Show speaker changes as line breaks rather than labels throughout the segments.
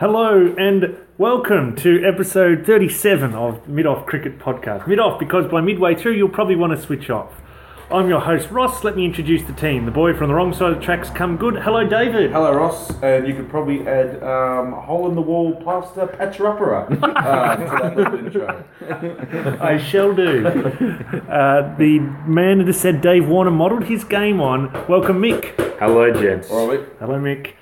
Hello and welcome to episode 37 of Mid Off Cricket Podcast. Mid Off, because by midway through, you'll probably want to switch off. I'm your host, Ross. Let me introduce the team. The boy from the wrong side of the tracks come good. Hello, David.
Hello, Ross. And you could probably add um, hole in the wall plaster patcherupera uh, to that little intro.
I shall do. Uh, the man that has said Dave Warner modelled his game on. Welcome, Mick.
Hello, gents.
All right.
Hello, Mick.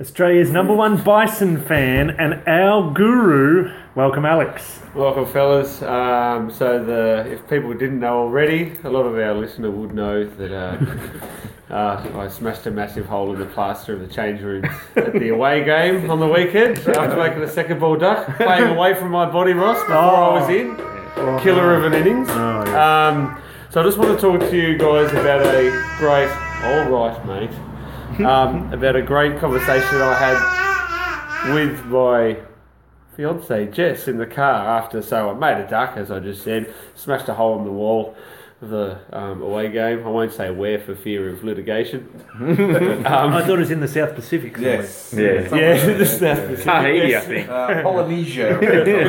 Australia's number one bison fan and our guru. Welcome, Alex.
Welcome, fellas. Um, so, the, if people didn't know already, a lot of our listener would know that uh, uh, I smashed a massive hole in the plaster of the change rooms at the away game on the weekend after making a second ball duck, playing away from my body, Ross, before I was in. Killer of an innings. um, so, I just want to talk to you guys about a great, all right, mate, um, about a great conversation I had with my fiance Jess in the car after. So I made a duck, as I just said, smashed a hole in the wall of the um, away game. I won't say where for fear of litigation.
I thought it was in the South Pacific. somewhere.
Yes.
Yeah.
Yeah, this is
Tahiti, I think.
Uh, Polynesia.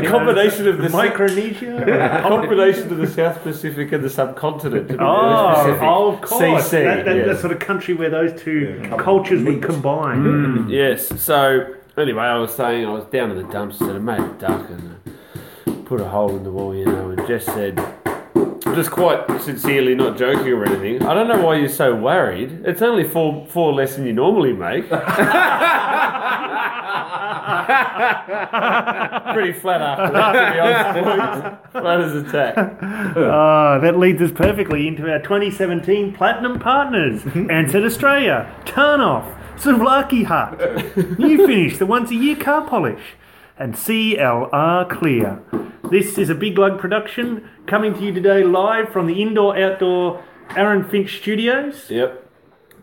a combination of the
Micronesia.
a combination of the South Pacific and the subcontinent. to be
Oh,
very specific.
oh, of course.
CC,
that, that,
yeah.
that sort of country where those two cultures would combine.
Yes. So anyway, I was saying I was down in the dumps and I made a duck and I put a hole in the wall, you know, and Jess said, just quite sincerely, not joking or anything. I don't know why you're so worried. It's only four four less than you normally make. Pretty flat after that, to be honest. with you. Flat as a tack.
Ah, that leads us perfectly into our 2017 Platinum Partners. Ansett Australia, Tarnoff, Savlaki Hut, New Finish, the once a year car polish, and CLR Clear. This is a Big Lug production coming to you today live from the indoor outdoor Aaron Finch Studios.
Yep.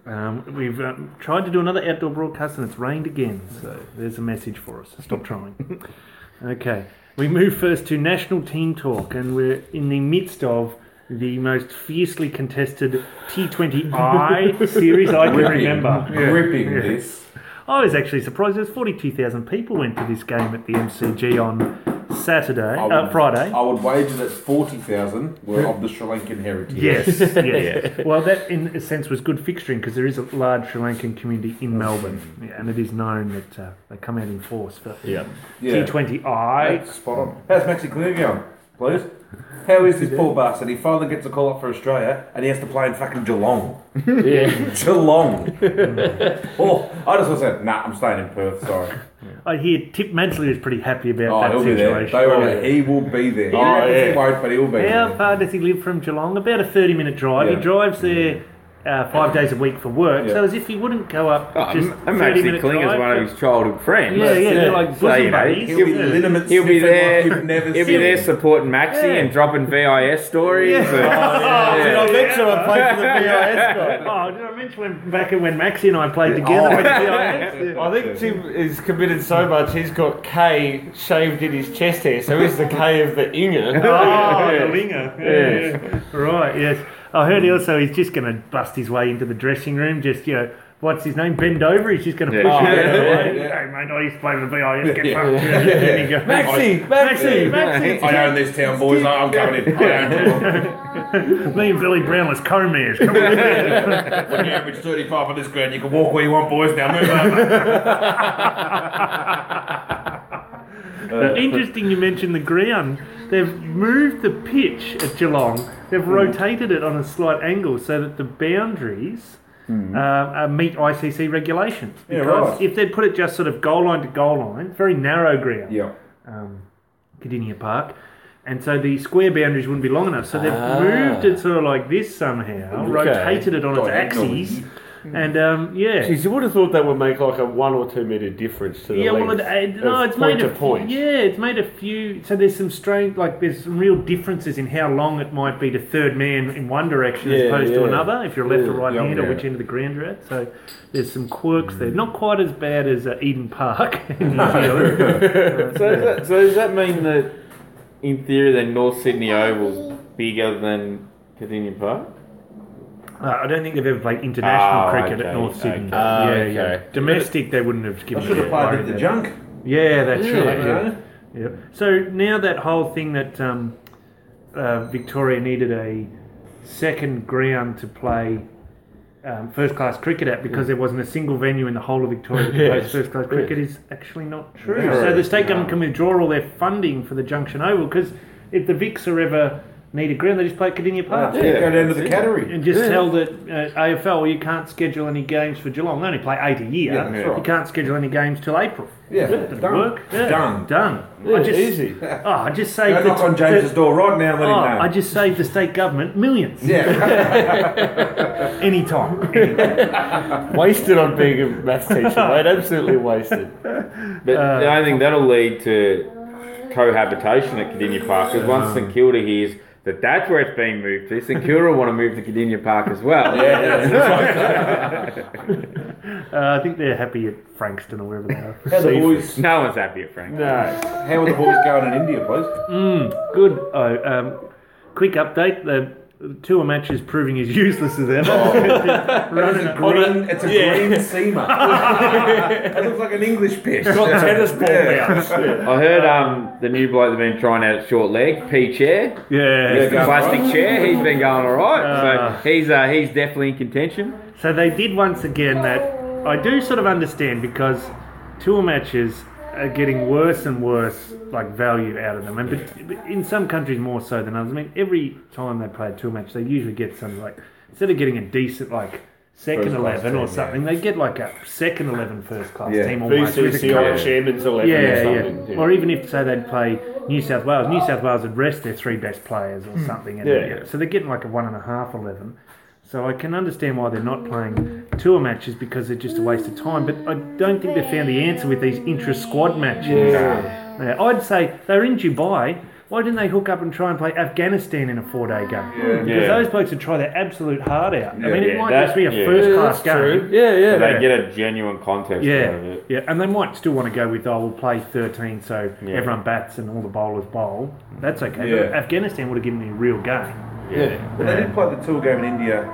Um, we've um, tried to do another outdoor broadcast and it's rained again, so there's a message for us. Stop trying. okay, we move first to national team talk, and we're in the midst of the most fiercely contested T20I series I can remember.
Gripping this.
I was actually surprised there's 42,000 people went to this game at the MCG on Saturday,
I
uh,
would-
Friday.
I would wager that 40,000 were of the Sri Lankan heritage.
Yes, yes. Well, that in a sense was good fixturing because there is a large Sri Lankan community in Melbourne, yeah, and it is known that uh, they come out in force for
Yeah.
Yeah.
T20I.
That's spot on. How's Maxi Clear going? Please. How is this poor bastard? He finally gets a call up for Australia and he has to play in fucking Geelong.
Yeah.
Geelong. oh, I just was saying, nah, I'm staying in Perth, sorry.
I hear Tip Madsley is pretty happy about
Oh,
that
he'll be there.
situation.
They will, He will be there. He reckons He won't, but he'll be
How
there.
far does he live from Geelong? About a 30 minute drive.
Yeah.
He drives there uh, five days a week for work,
Yeah.
so as if he wouldn't go up just
I'm,
30
actually
minute
Kling is
drive.
one of his childhood friends.
yeah, yeah, they're
Yeah.
like bosom
So, you know,
buddies.
he'll be
Yeah.
liniment
He'll be
sniffing
there.
like you've never
He'll be
seen.
there supporting Maxi
Yeah. Oh,
and dropping VIS stories. and-
Did I mention I played for the VIS guy?
Oh, did I mention when, back when Maxie and I played together?
Oh,
with
yeah.
CIS?
I think Tim is committed so much he's got K shaved in his chest hair, so he's the K of the Inger.
Oh, the linger. Yeah, yeah. Right, yes. I heard he also he's just going to bust his way into the dressing room. Just, you know, what's his name? Bend over. He's just going to
Yeah.
push him
Oh,
out of the
yeah,
way.
yeah.
Hey, mate, I used to play with the VIS. Get fucked. Yeah. There you go.
Maxi,
Maxi,
Maxi.
Maxi.
I own this town, boys. I'm coming in. I own it.
Me and Billy Brown as co-mayors. Come on.
When you average 35 on this ground, you can walk where you want, boys. Now move over.
Interesting you mentioned the ground. They've moved the pitch at Geelong.
Hmm.
They've rotated it on a slight angle so that the boundaries uh, uh, meet ICC regulations.
Hmm. Yeah,
Because
right.
if they'd put it just sort of goal line to goal line, very narrow ground,
Yeah.
Cadinia Park, and so the square boundaries wouldn't be long enough. So they've
Ah.
moved it sort of like this somehow, rotated it on its
Diagonally.
axes,
Hmm.
and um, yeah.
Jeez, you would have thought that would make like a one or two metre difference to the
Yeah, well,
length
it, it,
of
no, it's
point
made
to
a
point.
Yeah, it's made a few. So there's some strange, like there's some real differences in how long it might be to third man in one direction as
Yeah,
opposed to
yeah.
another. If you're left or
Yeah,
right
yeah,
hand, or
yeah.
which end of the ground you're at. So there's some quirks there. Not quite as bad as uh, Eden Park. in New
So,
Zealand.
does that, so does that mean that, in theory, that North Sydney Oval's bigger than Cadinia Park?
Uh, I don't think they've ever played international
Ah,
Oh,
cricket
okay,
at North
okay.
Sydney.
Ah,
yeah,
okay.
yeah. Domestic, they wouldn't have
I
given.
should
a
have applied
worry
it to
there.
junk.
Yeah, that's
Yeah.
right.
you
Yeah.
know?
yeah. So now that whole thing that um, uh, Victoria needed a second ground to play um, first-class cricket at because there wasn't a single venue in the whole of Victoria that plays
Yes.
first-class cricket is actually not true.
Yeah.
So the state
No.
government can withdraw all their funding for the Junction Oval because if the Vics are ever need a ground, they just play at Cadinia Park.
Yeah, Ah, go down to the
that's it.
cattery.
And just tell the uh, AFL, well, you can't schedule any games for Geelong. They only play eight a year.
Yeah, that's right.
You can't schedule any games till April.
Yeah,
That'll
done.
work. Yeah,
Done.
Done. I just,
easy.
Oh, I just saved
Go knock
the,
on James's
the-
door right now and let
oh, I
him know.
just saved the state government millions.
Yeah.
Anytime. Any-
wasted on being a maths teacher, mate. Absolutely wasted.
But
Uh,
I think that'll lead to cohabitation at Cadinia Park because once St Kilda hears that that's where it's being moved to, St Kilda want to move to Cadinia Park as well.
uh, I think they're happy at Frankston or wherever they are.
How the boys?
No one's happy at Frank.
No.
How are the boys going in India, please?
Good. Oh, um, quick update. The tour match is proving as useless as ever.
Oh. It's a green, it's a green seamer. it looks like an English pitch.
Got tennis ball bounce.
I heard um, the new bloke that's been trying out short leg, P chair,
Yeah.
the
going
plastic
alright.
chair. He's been going all right,
Ah.
so he's uh, he's definitely in contention.
So they did once again that I do sort of understand because tour matches are getting worse and worse, like value out of them, and but, but in some countries more so than others. I mean, every time they play a tour match, they usually get something like instead of getting a decent like second
First class
eleven
team,
or something, they get like a second eleven first class
Yeah.
team almost. with a
VCCI
coach.
chairman's eleven or
Yeah,
something.
yeah, Or even if say they'd play New South Wales, New South Wales would rest their three best players
Hmm.
or something. And
Yeah, yeah.
So they're getting like a one and a half eleven. So I can understand why they're not playing tour matches because they're just a waste of time. But I don't think they found the answer with these intra squad matches. Yeah, I'd say they're in Dubai. Why didn't they hook up and try and play Afghanistan in a four day game? Because
Yeah.
those blokes would try their absolute heart out. I
Yeah.
mean, it
Yeah,
might
that-
just be a
yeah.
first class
that's
game.
true. Yeah, yeah.
They get a genuine context out of
Yeah,
it.
yeah, and they might still want to go with, oh, we'll play 13 so
Yeah.
everyone bats and all the bowlers bowl. That's okay. But
Yeah.
Afghanistan would have given me a real game.
yeah.
But they did play the tour game in India,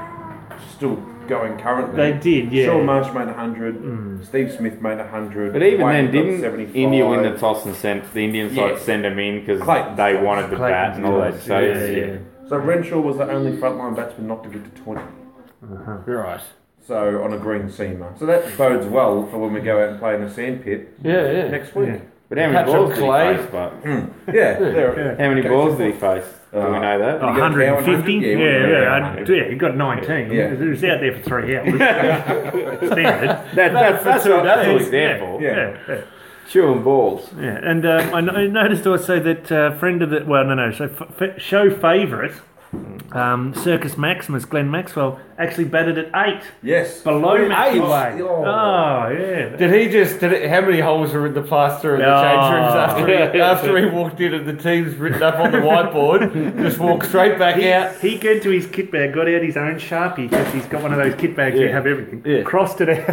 still going currently.
They did, yeah.
Sean Marsh made 100, Steve Smith made 100.
But even then,
Wayne got
didn't
75.
India win the toss and sent the Indian side
Yeah.
send them in because
Clayton
they
Scott.
wanted to
Clayton
bat and all that?
Scott,
So
yeah,
it's-
yeah.
So Renshaw was the only frontline batsman not to get to 20.
Right.
So on a green seamer. So that bodes well for when we go out and play in the sand pit
Yeah, yeah.
next week.
But how many
Patrick
balls did he
Clay.
face? But
Yeah. there-
how many
Okay,
balls
so-
did he face? Do
Uh,
we know that?
Oh,
get a cow and
150? Yeah,
100? Yeah,
yeah,
we can get a cow and
yeah. I-
100.
yeah, you got 19.
Yeah.
It was out there for three hours. Standard.
That, that's, that's, what, that's what
Yeah.
he's there for.
Yeah.
Yeah, yeah.
Chewing balls.
yeah. And um, I no- I noticed also that uh, friend of the, well, no, no, so f- f- show favourite, um, Circus Maximus, Glenn Maxwell, actually batted at eight,
Yes.
below
Eight.
match weight.
Oh.
Oh, yeah.
Did he just? Did it, how many holes were in the plaster of the
Oh.
change rooms after he, after he walked in and the team's written up on the whiteboard? just walked straight back out.
He went to his kit bag, got out his own sharpie because he's got one of those kit bags you have everything.
Yeah.
Crossed it out,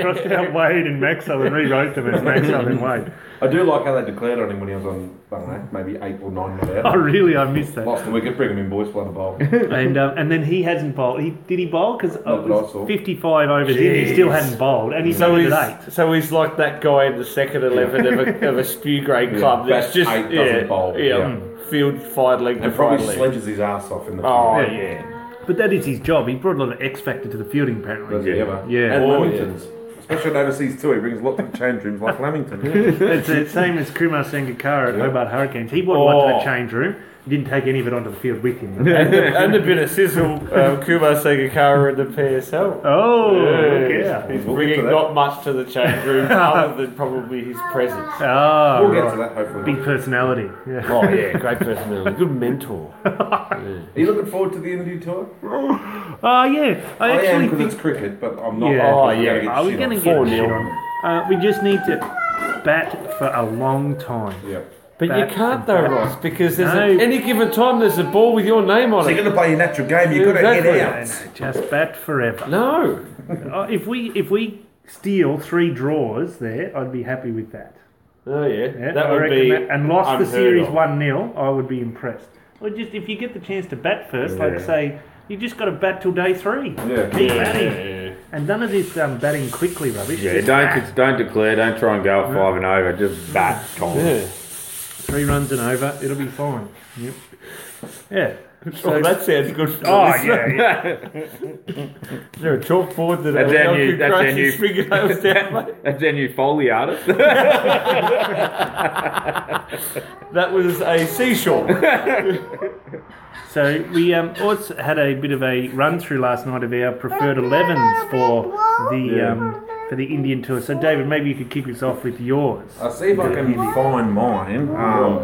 crossed out Wade and Maxwell, and rewrote them as Maxwell and Wade.
I do like how they declared on him when he was on, I don't know, maybe eight or nine not
Oh,
out.
really? I missed that.
Lost the wicket, bring him in, boys, play the bowl.
And um, and then he hasn't bowled. He did he bowl because
Not that I
was
saw.
55 overs in, he still hadn't bowled, and he
So
batted
he's,
at eight.
so he's like that guy in the second eleven of a, of a spew grade club that's
best
just
eight
yeah,
doesn't bowl,
yeah,
yeah.
field fired leg to
And
fired
probably
leg.
sledges his ass off in the
Oh
field.
yeah,
But that is his job. He brought a lot of X factor to the fielding, apparently.
Does he ever?
Yeah.
And
Oh,
Lamingtons. Especially on overseas too, he brings lots of change rooms like Lamington.
It's the same as Kumar Sangakkara at Hobart Hurricanes. He brought one to the
Oh.
change room. He didn't take any of it onto the field with him.
and, a, and a bit of sizzle. Um, Kumar Sagakara in the PSL.
Oh,
Yeah,
yeah.
He's
We'll get to
bringing
that.
not much to the change room other than probably his presence.
Oh,
We'll get
right.
to that hopefully.
Big personality. Yeah.
Oh yeah, great personality, good mentor.
Are you looking forward to the India tour?
Oh, yeah. I
I am
actually
because
think.
it's cricket, but I'm not.
Yeah.
Oh,
I'm
yeah.
gonna get
Are we
shit
going to
on.
get
Four
shit
nil.
on? Uh, we just need to bat for a long time.
Yeah.
But
Bat
you can't though,
and bat.
Ross, because there's
No.
a, any given time there's a ball with your name on
So you're
it.
going to play your natural game. You've got to
Exactly.
get out.
Just bat forever.
No,
Uh, if we if we steal three draws there, I'd be happy with that.
oh yeah,
Yeah,
that
I
would
reckon
be
that- and lost the
unheard
series
of.
one 0 I would be impressed. Or just if you get the chance to bat first, like say You just got to bat till day three.
Yeah.
Keep
Yeah,
batting.
yeah,
And none of this um, batting quickly rubbish.
Yeah,
Just
don't
bat.
just don't declare. Don't try and go at five and over. Just bat, Tom.
yeah. Yeah.
Three runs and over, it'll be fine. Yep. Yeah.
Well, that sounds good. For
Oh,
the
yeah, yeah.
Is there a chalkboard that
That's our
allows
new-
you to
that's our
crash
new-
his fingernails down? mate?
That's our new foley artist.
That was a seashore.
So we um, also had a bit of a run through last night of our preferred 11s for the um, for the Indian tour. So David, maybe you could kick us off with yours.
I'll see if I can find mine. Um,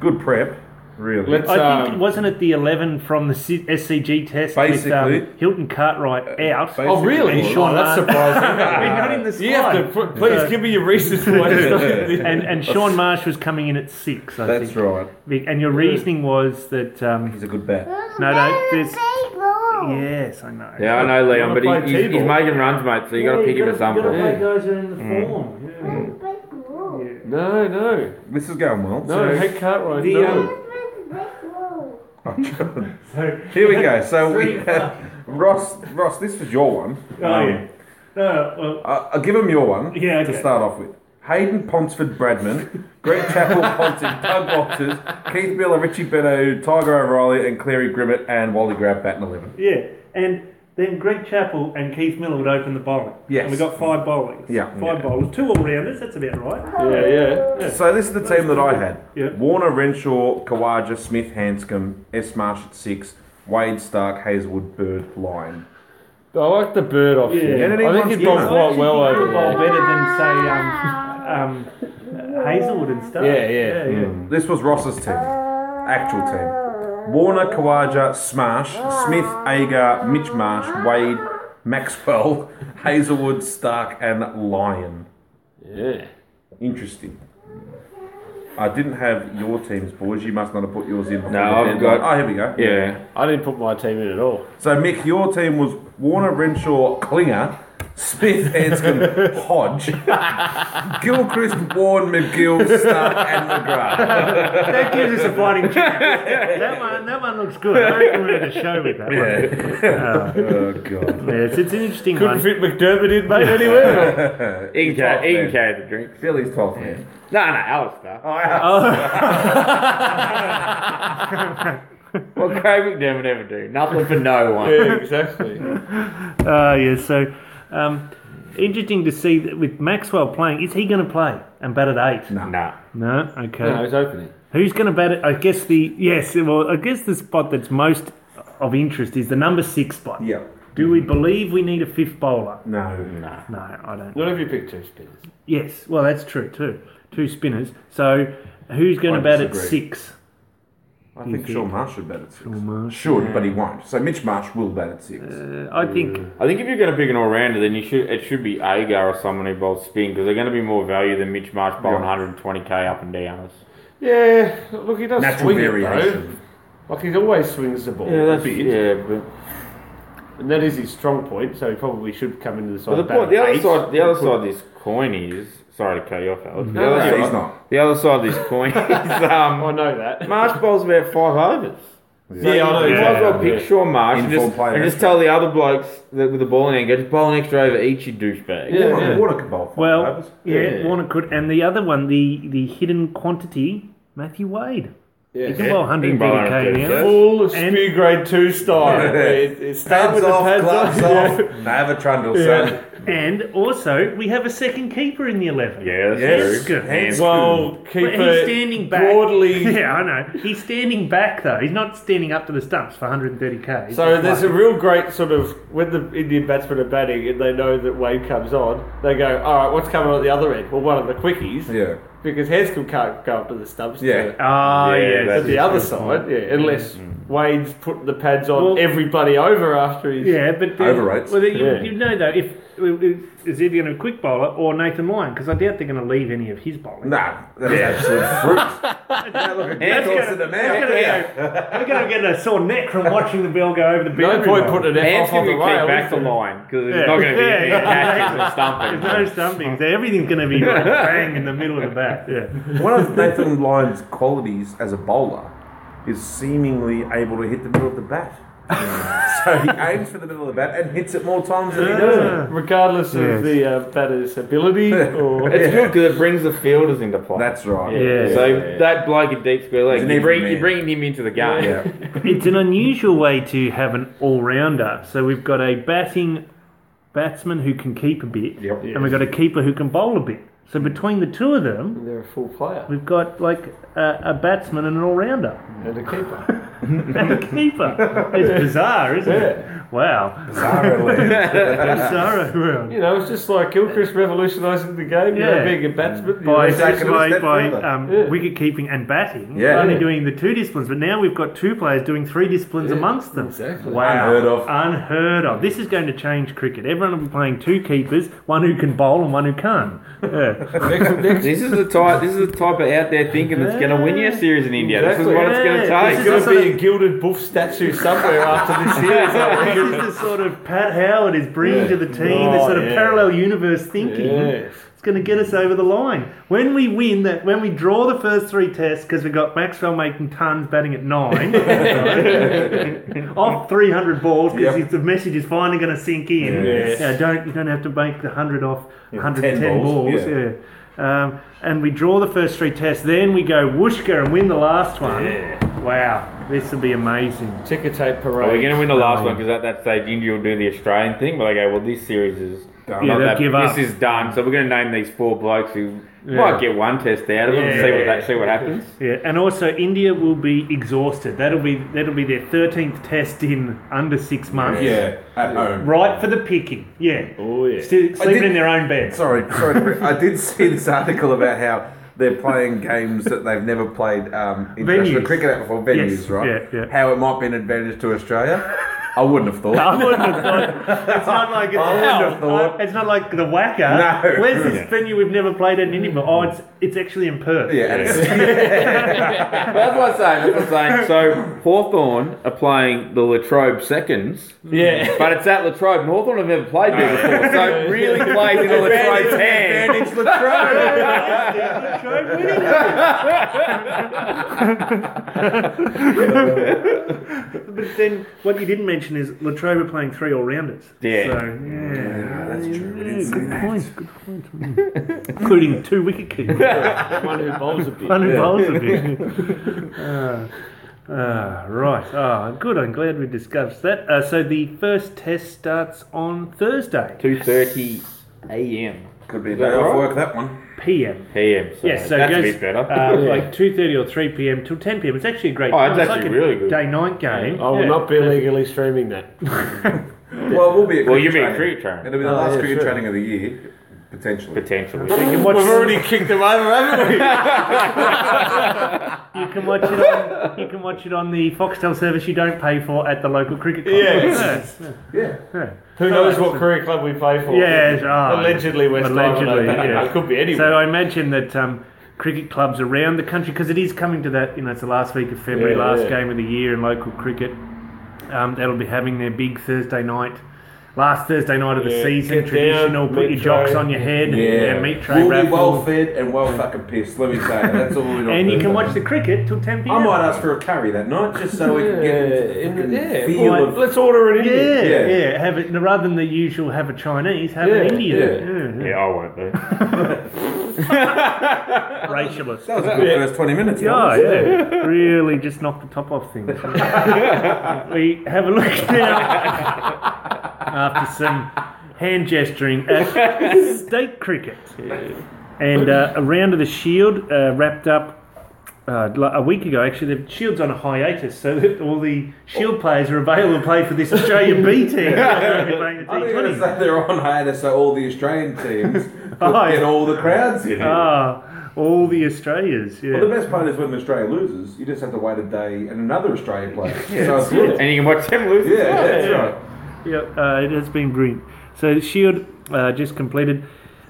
Good prep, really.
Let's-
I think
Um,
wasn't it the 11 from the C- SCG test with
Basically.
um, Hilton Cartwright
uh,
out?
basically-
And Sean
Oh, that's
Martin.
surprising.
Not in the
you have to
squad.
put, please give me your reasons why it's not in there.
And, and Sean Marsh was coming in at six, I
That's
think.
right.
Be- And your reasoning was that. Um,
He's a good bat.
no, no, there's.
Yeah.
Yes, I know.
yeah, I know, Leon,
wanna
but
play
he, he's, he's
T-ball?
making runs, mate. So you got to pick him Mm. at some point.
guys are in the form.
No, no,
This is going well.
no, um, Hank Cartwright, no.
Here we go. So we have Ross. Ross, this was your one.
Oh, yeah. No, well,
I- Uh, I'll give him your one
Yeah,
to
okay.
start off with. Hayden Ponsford Bradman, Greg Chappell Ponting, Doug Boxers, Keith Miller, Richie Benno, Tiger O'Reilly, and Cleary Grimmett, and Wally Grab batting 11.
Yeah, and then Greg Chappell and Keith Miller would open the bowling.
Yes.
And we got five bowlings.
Yeah.
Five
Yeah.
bowlers, two all rounders, that's about right.
Yeah, yeah. yeah.
So this is the team that I had
Yeah.
Warner, Renshaw, Kawaja, Smith, Hanscom, S. Marsh at 6, Wade Stark, Hazelwood, Bird, Lyon.
I like the bird off you.
And
I
anyone-
think you've gone
yeah.
quite well
Actually,
over
you bowl
there.
better than, say, um, um, uh, Hazelwood and stuff.
Yeah, Mm. yeah.
yeah.
This was Ross's team, actual team. Warner, Kawaja, Smash, Smith, Agar, Mitch Marsh, Wade, Maxwell, Hazelwood, Stark, and Lyon.
Yeah.
Interesting. I didn't have your teams, boys. You must not have put yours in. before
No,
the
I've
deadline.
got-
Oh, here we go.
Yeah,
I didn't put my team in at all.
So, Mick, your team was Warner, Renshaw, Klinger, Smith, Hanscom, Hodge, Gilchrist, Warren, McGill, Stark, and McGrath.
That gives us a fighting chance. that, one, that one looks good. I reckon we're going to show with that one.
Oh, God.
Yes, it's an interesting
Couldn't
one.
fit McDermott in, mate, anywhere.
he can,
tough,
carry, he
man.
can carry the drinks.
Billy's 12th man.
No, no, Alistair.
Oh.
Uh, What Craig McDermott ever do? Nothing for no one.
yeah, exactly.
Uh, yeah, so um, interesting to see that with Maxwell playing, is he going to play and bat at eight? No.
Nah.
Okay.
No, it's opening.
Who's going to bat it? I guess the yes. Well, I guess the spot that's most of interest is the number six spot.
Yeah.
Do we believe we need a fifth bowler?
No. No.
No, I don't.
Not if you pick two spinners.
Yes. Well, that's true too. Two spinners. So, who's going to bat at
disagree.
six?
I think Sean Marsh should bat at six.
Marsh,
should, but he won't. So Mitch Marsh will bat at six.
Uh, I think.
I think if you're going to pick an all-rounder, then you should it should be Agar or someone who bowls spin because they're going to be more value than Mitch Marsh bowling 120k up and downers.
Yeah, look, he does
Natural
swing it,
variation.
though. Like, he always swings the ball.
yeah. But,
And that is his strong point, so he probably should come into the side.
but the
bat
point, the
at
other
eight.
side, the other side of this coin is sorry to cut you off, Alex. The
no,
other
no, he's
side-
not.
The other side of this coin is
I
um,
know that.
Marsh bowls about five overs.
Yeah, I know.
You might as well
Oh, Yeah.
pick Sean Marsh and
Informed
just,
player,
and just
extra.
tell the other blokes that with the ball in hand, go just bowl an extra over each, you douchebag.
Yeah,
Warner,
yeah.
Warner can bowl five
Well,
overs.
yeah,
Yeah.
Warner could, and the other one, the the hidden quantity, Matthew Wade.
Yeah.
He can bowl
he can bowl
130k
130K.
now.
Full
And-
spew grade two style. it, it starts
Pads
with the
off,
pads
gloves
on.
off. Have a trundle, son.
And also, we have a second keeper in the 11.
Yeah, that's
Yes,
true.
good.
And-
Well,
But
keep
he's
it
standing back.
broadly.
Yeah, I know. He's standing back though. He's not standing up to the stumps for 130k.
So there's a real great sort of when the Indian batsmen are batting and they know that Wade comes on, they go, "All right, what's coming on at the other end?" Well, one of the quickies,
Yeah.
because Hanscom can't go up to the stumps. to-
Yeah. Mm-hmm.
Ah,
Yeah,
yes.
that's-
at the other side, yeah, unless Wade's put the pads on
Well-
everybody over after he's
Yeah, but the,
Overrates.
Well, you,
Yeah.
you know though, if is either going to quick bowler or Nathan Lyon, because I doubt they're going to leave any of his bowling.
Nah, that's absolute fruit. Now look at
That's
Dawson
gonna-
and
I'm
Matt.
gonna go- I'm going to get a sore neck from watching the ball go over the
No
boundary.
point
line.
putting an F
Hands
off on
can
the
be
rail.
kicked back the
is it?
line because
Yeah.
there's not going to be
Yeah,
any
yeah,
catches or stumping.
There's no stumping. So everything's going to be like bang in the middle of the bat. Yeah.
One of Nathan Lyon's qualities as a bowler is seemingly able to hit the middle of the bat. So he aims for the middle of the bat and hits it more times than he does.
Ah.
regardless of
Yes.
the uh, batter's ability or
It's good because it brings the fielders into play.
That's right.
yeah.
Yeah.
So that bloke at deep square leg,
He's an
you bring,
everyman.
you're bringing him into the game.
Yeah.
It's an unusual way to have an all rounder. So we've got a batting batsman who can keep a bit,
Yep.
and we've got a keeper who can bowl a bit. So between the two of them,
they're a full player
we've got like a, a batsman and an all rounder
and a keeper.
and a keeper. It's bizarre, isn't it? Wow.
Bizarro
Bizarre world.
You know, it's just like Gilchrist revolutionising the game. You know,
Yeah.
being a batsman. you
By,
know,
Exactly.
by,
Step
by
further.
um,
Yeah.
wicket keeping and batting,
Yeah.
only
Yeah.
doing the two disciplines, but now we've got two players doing three disciplines
Yeah,
amongst them.
exactly.
Wow.
Unheard of.
Unheard of. This is going to change cricket. Everyone will be playing two keepers, one who can bowl and one who can't. Yeah.
This is the type. This is the type of out there thinking that's going to win you a series in India. This
Exactly.
is what it's going
Yeah.
to
This
take.
is
There's going to
also-
be a gilded buff statue somewhere after this year.
this is the sort of Pat Howard is bringing to the team, this
Oh,
sort of
yeah.
parallel universe thinking.
Yes.
It's going to get us over the line. When we win that, when we draw the first three tests, because we've got Maxwell making tons, batting at nine, off 300 balls,
Yep.
because the message is finally going to sink in.
Yes.
Yeah, don't you don't have to make the hundred off 110
10 balls,
balls.
yeah.
Yeah. Um, and we draw the first three tests, then we go whooshka and win the last one. Wow, this will be amazing.
Ticker tape
Well, we're
parade.
going to win the last one because at that stage India will do the Australian thing. But they go, well, this series is
Done.
Yeah,
not
they'll
that-
give
this
up.
is done. So we're going to name these four blokes who might get one test out of them and see what that, see what happens.
Yeah, and also India will be exhausted. That'll be that'll be their thirteenth test in under six months.
Yeah, at home.
Right for the picking. Yeah.
Oh, yeah.
Still
I did-
sleeping in their own beds.
Sorry, sorry. I did see this article about how they're playing games that they've never played um, international
Venues.
cricket at before. Venues,
Yes,
right?
yeah, yeah.
How it might be an advantage to Australia. I wouldn't have thought.
I wouldn't have thought. It's not like it's,
I wouldn't have thought.
I- it's not like the Wacker.
No.
Where's this venue we've never played at anymore? Oh, it's it's actually in Perth.
Yeah, and it's-
But that's what I'm saying. That's what I'm saying. So Hawthorn are playing the Latrobe seconds,
Yeah.
but it's at Latrobe, and Hawthorn have never played there before. So it really plays into Latrobe's hand.
advantage Latrobe.
But then what you didn't mention is Latrobe are playing three all rounders.
Yeah.
So yeah.
That's true. We didn't
Yeah,
see
good
that.
point. Good point. Mm. Including two wicket keepers.
One who bowls a bit.
One who bowls a bit. Uh, uh, right. Ah, good. I'm glad we discussed that. Uh, so the first test starts on Thursday,
Two thirty a.m.
Could be a
that
day off
right?
work that one.
p.m.
p.m. So
Yes, so
that's
it
a
goes
bit better.
Uh, like two thirty or three p.m. till ten p.m. It's actually a great.
Oh,
time.
it's
like
actually
a
really good. Oh,
Day night game.
I will
Yeah.
not be illegally streaming that.
Well, we'll be. At
Well, you'll be
training.
at cricket training.
It'll be the
Oh,
last
yeah,
cricket
sure.
training of the year, potentially.
Potentially.
You can watch-
kicked him over, haven't we?
You can watch it on you can watch it on the Foxtel service you don't pay for at the local cricket club.
Yes.
Yeah.
Yeah.
Yeah.
Who knows what career club we play for?
Yes, ah.
allegedly West
Allegedly,
oh, Allegedly,
yeah.
It could be anywhere.
So I imagine that um, cricket clubs around the country, because it is coming to that, you know, it's the last week of February,
Yeah,
last
yeah.
game of the year in local cricket. Um, that'll be having their big Thursday night, last Thursday night of the
Yeah,
season,
get
traditional.
down,
put your
meat
jocks
tray.
on your head,
Yeah.
meat tray
We'll be
raffle,
well fed and well fucking pissed. Let me say that. That's all we know.
and you can watch the cricket till ten p.m.
I might ask for a curry that night, just so we can get
in
into
the-
the
yeah,
fucking feel
well,
of.
Let's order it in.
Yeah,
Yeah.
yeah, Have it rather than the usual. Have a Chinese, have
Yeah,
an Indian.
yeah.
Yeah,
Yeah, I won't be.
yeah. Racialist.
That was a good first 20 minutes. that
Yeah,
was.
yeah. really just knock the top off things. we have a look now after some hand gesturing at state cricket. And uh, a round of the Shield uh, wrapped up uh, like a week ago. Actually, the Shield's on a hiatus, so that all the Shield players are available to play for this Australia B team. Playing a
I was going
T20.
to say they're on hiatus, so all the Australian teams
Oh,
would get
yeah.
all the crowds in.
Ah, all the Australias. Yeah.
Well, the best part is when Australia loses, you just have to wait a day and another Australia plays. so it's good.
And you can watch them lose.
Yeah, that's right.
Yeah, uh, it has been brilliant. So Shield uh, just completed.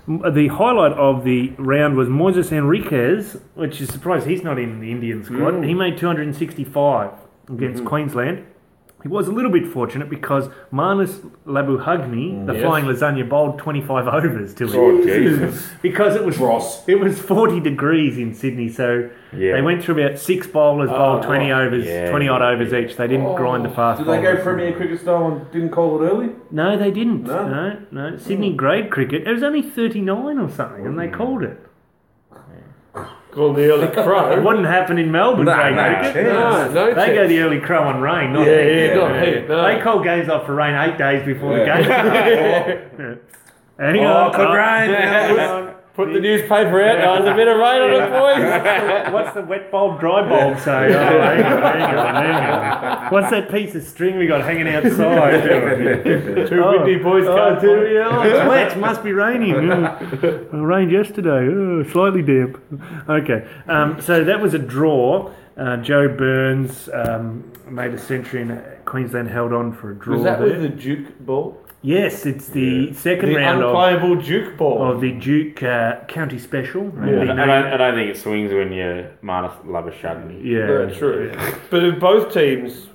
M- The highlight of the round was Moises Enriquez, which is surprised he's not in the Indian squad. He made 265 against Queensland. He was a little bit fortunate because Manus Labuhagni, the
Yes.
flying lasagna, bowled 25 overs to him.
Oh, Jesus.
Because it was
Ross.
it was 40 degrees in Sydney, so
Yeah.
they went through about six bowlers, bowled 20 overs,
yeah.
20 odd overs each. They didn't grind the fast
Did they go
bowlers.
Premier Cricket style and didn't call it early?
No, they didn't.
No? Hmm.
No, no. Sydney grade cricket, it was only 39 or something, and they called it.
Called the early
It
crow.
wouldn't happen in Melbourne
No,
grade
no
cricket.
chance.
No, no.
They
chance.
go the early crow on rain, not
yeah,
heat.
yeah,
Yeah,
not
yeah.
heat, no.
They call games off for rain eight days before
Yeah.
the game. Hang
Oh,
on,
good
oh,
rain.
uh,
Put the newspaper out. Oh, there's a bit of rain on it, boys.
What's the wet bulb, dry bulb say? Oh, there you go, there you go, there you go. What's that piece of string we got hanging outside?
Two windy boys
oh,
can't
do
find-
we? Oh, it's wet. Must be raining. Oh, it rained yesterday. Oh, slightly damp. Okay. Um, so that was a draw. Uh, Joe Burns um, made a century and Queensland held on for a draw.
Was that
there.
with the Duke ball?
yes, it's the second
The
round Oh, of
unplayable Duke ball.
of the Duke uh, County Special.
I,
Yeah,
don't, I don't think it swings when you're Marnus Labuschagne.
yeah.
Yeah, true. But if both teams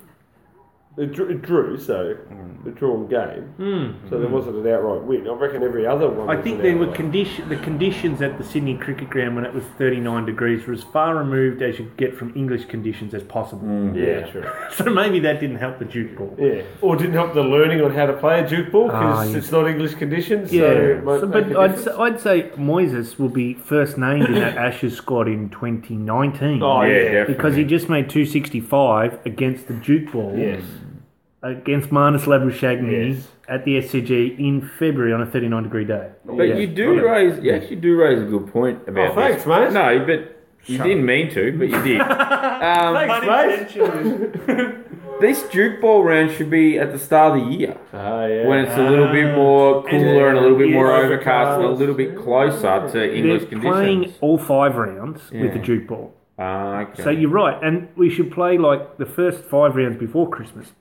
it drew, it drew so
Hmm.
a drawn game, so there wasn't an outright win. I reckon every other one.
I
was
think
an
there were
outright.
condition the conditions at the Sydney Cricket Ground when it was 39 degrees were as far removed as you could get from English conditions as possible.
Yeah, true.
So maybe that didn't help the Duke ball.
Yeah, or didn't help the learning on how to play a Duke ball
Ah,
because
yes.
it's not English conditions. so
Yeah,
it might
So-
make
but
a
I'd,
difference.
say- I'd say Moises will be first named in that Ashes squad in 2019
Oh,
yeah,
yeah.
definitely.
because he just made 265 against the Duke ball
yes,
against Marnus Labuschagne
Yes.
at the SCG in February on a 39 degree day.
But you do raise, you actually do raise a good point about
Oh, thanks,
this.
mate.
No, but you didn't mean to, but you did. um, this Duke ball round should be at the start of the year
Ah, yeah.
when it's a little
Ah.
bit more cooler and a little bit more overcast and a little bit closer to English
They're playing
conditions.
all five rounds with the
Yeah.
Duke ball.
Ah, okay.
So you're right, and we should play like the first five rounds before Christmas.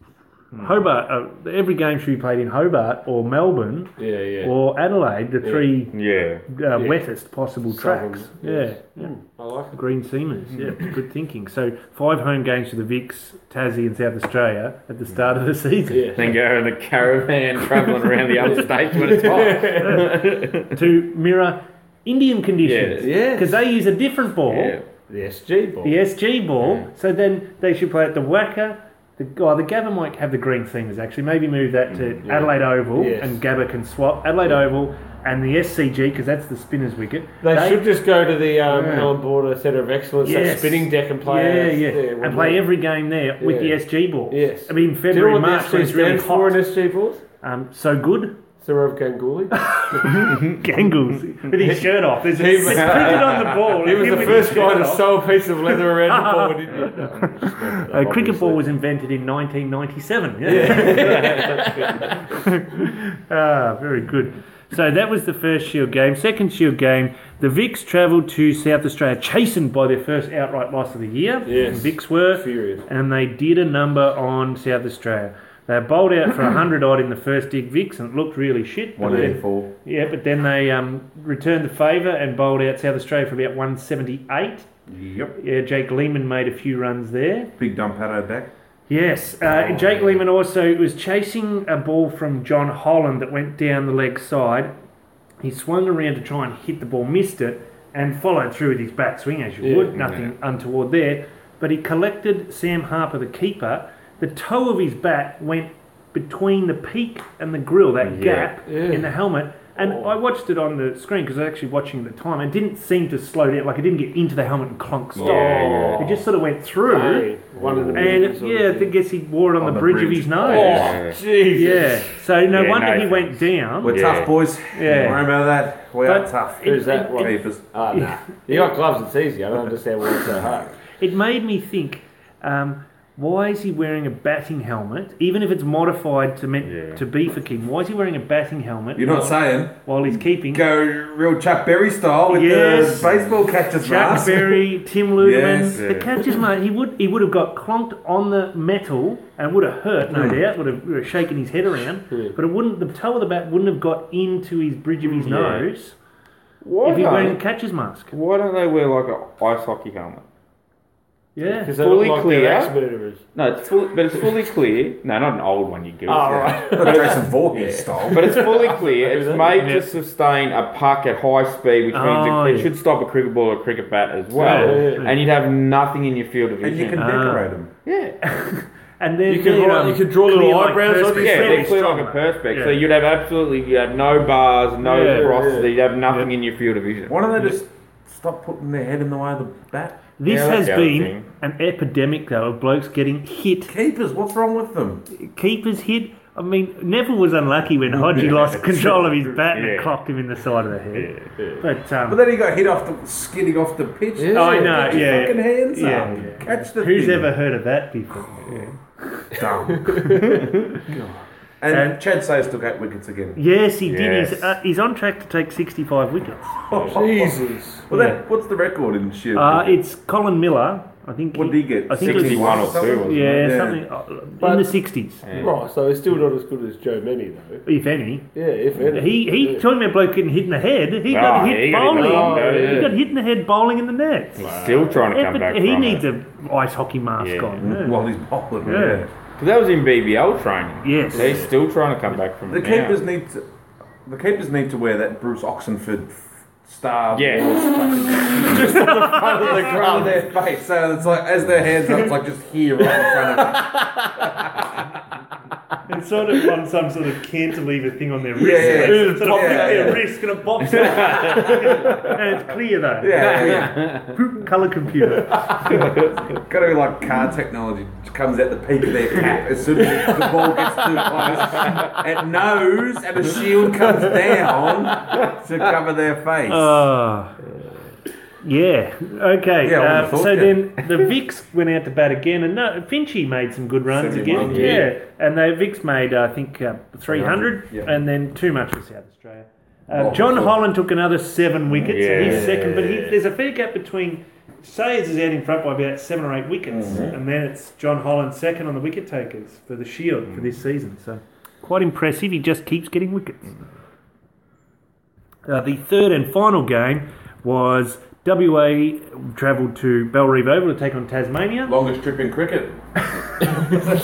Hmm.
Hobart, uh, every game should be played in Hobart or Melbourne
Ah, yeah, yeah.
or Adelaide, the three
yeah.
uh, wettest possible
Southern, Hmm.
tracks. Yeah, yeah.
I like it. Hmm.
Green Seamers, yeah, it's good thinking. So five home games to the Vics, Tassie, and South Australia at the start of the season.
Yeah.
Then go in the caravan travelling around the other states when it's hot.
To mirror Indian conditions,
Yeah.
because they use a different ball.
Yeah.
The SG ball.
the SG ball. So then they should play at the Wacker. The, oh, the Gabba might have the green seamers actually. Maybe move that to Adelaide Oval
Mm, Yes.
and Gabba can swap Adelaide Oval and the SCG because that's the spinner's wicket.
They, should just go to the um, Alan Border Centre of Excellence, that
Yes.
spinning deck, and play.
yeah,
out
yeah,
there when
and play
we-
every game there with the
Yeah.
SG ball.
Yes.
I mean
Do you know
February,
what the
March
SG
when it's really
stands for in
hot.
SG balls?
Um, so good,
Sarav Ganguly.
Gangles with his shirt off. There's a,
He
it's
was-
printed on the ball.
He was
Him
the
with
first
his
guy
shirt
to
off.
sew a piece of leather around the ball, didn't he?
A Uh, cricket ball was invented in 1997. Yeah. ah, very good. So that was the first Shield game. Second Shield game, the Vics travelled to South Australia, chastened by their first outright loss of the year.
Yes.
The Vics were
Furious.
and they did a number on South Australia. They bowled out for 100 odd in the first dig Vics, and it looked really shit. but then-
184.
yeah, but then they um, returned the favour and bowled out South Australia for about 178.
Yep.
Yeah, Jake Lehman made a few runs there.
Big dump Pato back.
Yes, uh, Jake Lehman also was chasing a ball from John Holland that went down the leg side. He swung around to try and hit the ball, missed it, and followed through with his backswing as you would. Nothing untoward there. But he collected Sam Harper, the keeper. The toe of his bat went between the peak and the grill, that gap in the helmet. And
Oh.
I watched it on the screen because I was actually watching at the time. It didn't seem to slow down, like it didn't get into the helmet and clunk stop.
yeah.
It just sort of went through.
One of Oh, the
And yeah, I think guess he wore it on,
On
the,
the
bridge, of
bridge.
his nose.
Oh.
Yeah.
Yeah. So no
Yeah,
wonder
no
he went down.
We're
Yeah.
tough, boys.
Yeah.
Worry about that. We
But-
are tough.
Who's that one?
Keepers.
Ah, nah. You got gloves, it's easy. I don't understand why it's so hard.
It made me think, um, why is he wearing a batting helmet? Even if it's modified to meant
Yeah.
to be for King, why is he wearing a batting helmet
You're not saying.
while he's keeping
Go real Chuck Berry style with
Yes.
the baseball catcher's
Jack
mask.
Berry, Tim Ludeman,
Yes.
the catcher's mate, he would he would have got clonked on the metal and would have hurt, no doubt, would have, would have shaken his head around, but it wouldn't. The toe of the bat wouldn't have got into his bridge of his nose
Why
if he
don't-
wearing a catcher's mask.
Why don't they wear like a ice hockey helmet?
Yeah.
Because they
Fully
look like they're
clear.
ex-murderers.
No, it's full, but it's fully clear. No, not an old one, you goose.
Oh, right.
Jason Voorhees style.
But it's fully clear. It's made to sustain a puck at high speed, which means
Oh,
it, it
yeah.
should stop a cricket ball or a cricket bat as well.
Yeah, yeah, yeah.
And you'd have nothing in your field of
And
vision.
you can decorate them.
yeah,
And um, then
You can write- you can draw little eyebrows on
yeah, they're clear like a perspex. So you'd have absolutely, you have no bars, no
Yeah,
crosses.
yeah.
You'd have nothing in your field of vision.
Why don't they just stop putting their head in the way of the bat?
This
Yeah, that's
has
the other
been
thing.
an epidemic, though, of blokes getting hit.
Keepers, what's wrong with them?
Keepers hit. I mean, Neville was unlucky when Hodgie lost control of his bat and
Yeah.
it clocked him in the side of the head. But,
But
um,
then he got hit off the skidding off the pitch.
Yeah.
I know,
Put your
yeah.
Fucking hands
Yeah,
up. Catch the
Who's
thing.
ever heard of that before?
dumb. and, Chad Sayers took eight wickets again.
Yes, he did.
Yes.
He's, uh, he's on track to take 65 wickets.
Jesus.
Well, that, what's the record in shit?
Uh, it's Colin Miller. I think.
what did he get?
I think it was-
61 or two, wasn't
Yeah,
Yeah.
something uh,
But-
in the 60s,
Right, so it's still not as good as Joe Many, though.
if any.
Yeah, if any.
He he
Yeah.
talking about bloke getting hit in the head. He
Ah,
got hit
he got hit in the
bowling.
elbow,
He
yeah.
got hit in the head bowling in the net.
Still trying to come
Yeah,
back.
but he
from
needs
it.
a ice hockey mask
Yeah.
on. yeah.
While he's bowling.
Yeah.
Yeah.
'Cause that was in BBL training.
Yes.
they're still trying to come back from
The
it now.
keepers need to. The keepers need to wear that Bruce Oxenford f- star.
Yeah.
Wars fucking- just on the front of the ground their face. So it's like as their hands up, it's like just here right in front of them.
And sort of on some sort of cantilever thing on their wrist.
yeah,
They
yeah.
sort of
Yeah,
their
yeah.
wrist, gonna box it. and it's clear though.
Yeah, yeah.
Color computer.
Got to be like car technology. It comes out the peak of their cap as soon as the ball gets too close. It knows, and a shield comes down to cover their face.
Ah. yeah. Okay.
Yeah, I would've
uh,
thought
so
that.
then the Vicks went out to bat again, and no, Finchie made some good runs
71,
again.
yeah.
And the Vicks made I think uh, three hundred,
yeah.
and then too much for South Australia. Uh,
Oh,
John
cool.
Holland took another seven wickets.
Yeah.
He's second, but he, there's a fair gap between. Sayers is out in front by about seven or eight wickets,
Mm-hmm.
and then it's John Holland second on the wicket takers for the Shield for
Mm.
this season. So quite impressive. He just keeps getting wickets. Uh, the third and final game was WA travelled to Belrive Oval to take on Tasmania.
Longest trip in cricket.
I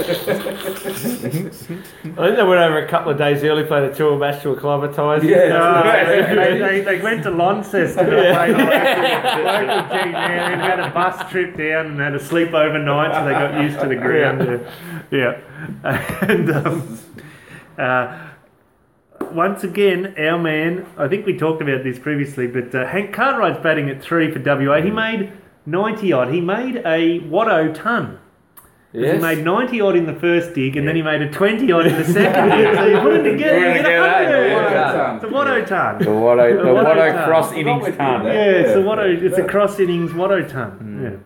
think they went over a couple of days early, played a tour match to acclimatise.
Uh,
Yeah.
they, they, they went to Launceston and played local, local team there and had a bus trip down and had a sleep overnight so they got used to the ground. Yeah. yeah. And um, uh, once again, our man, I think we talked about this previously, but uh, Hank Cartwright's batting at three for WA. He made 90 odd. He made a Watto ton. He
Yes.
made 90 odd in the first dig and then he made a 20 odd in the second dig. So you put them together, you get
Yeah, that-
100.
yeah.
It's a Watto ton.
The Watto, the
Watto
Watto
time.
cross innings time.
Yeah, it's a Watto, it's a cross innings Watto ton. Yeah.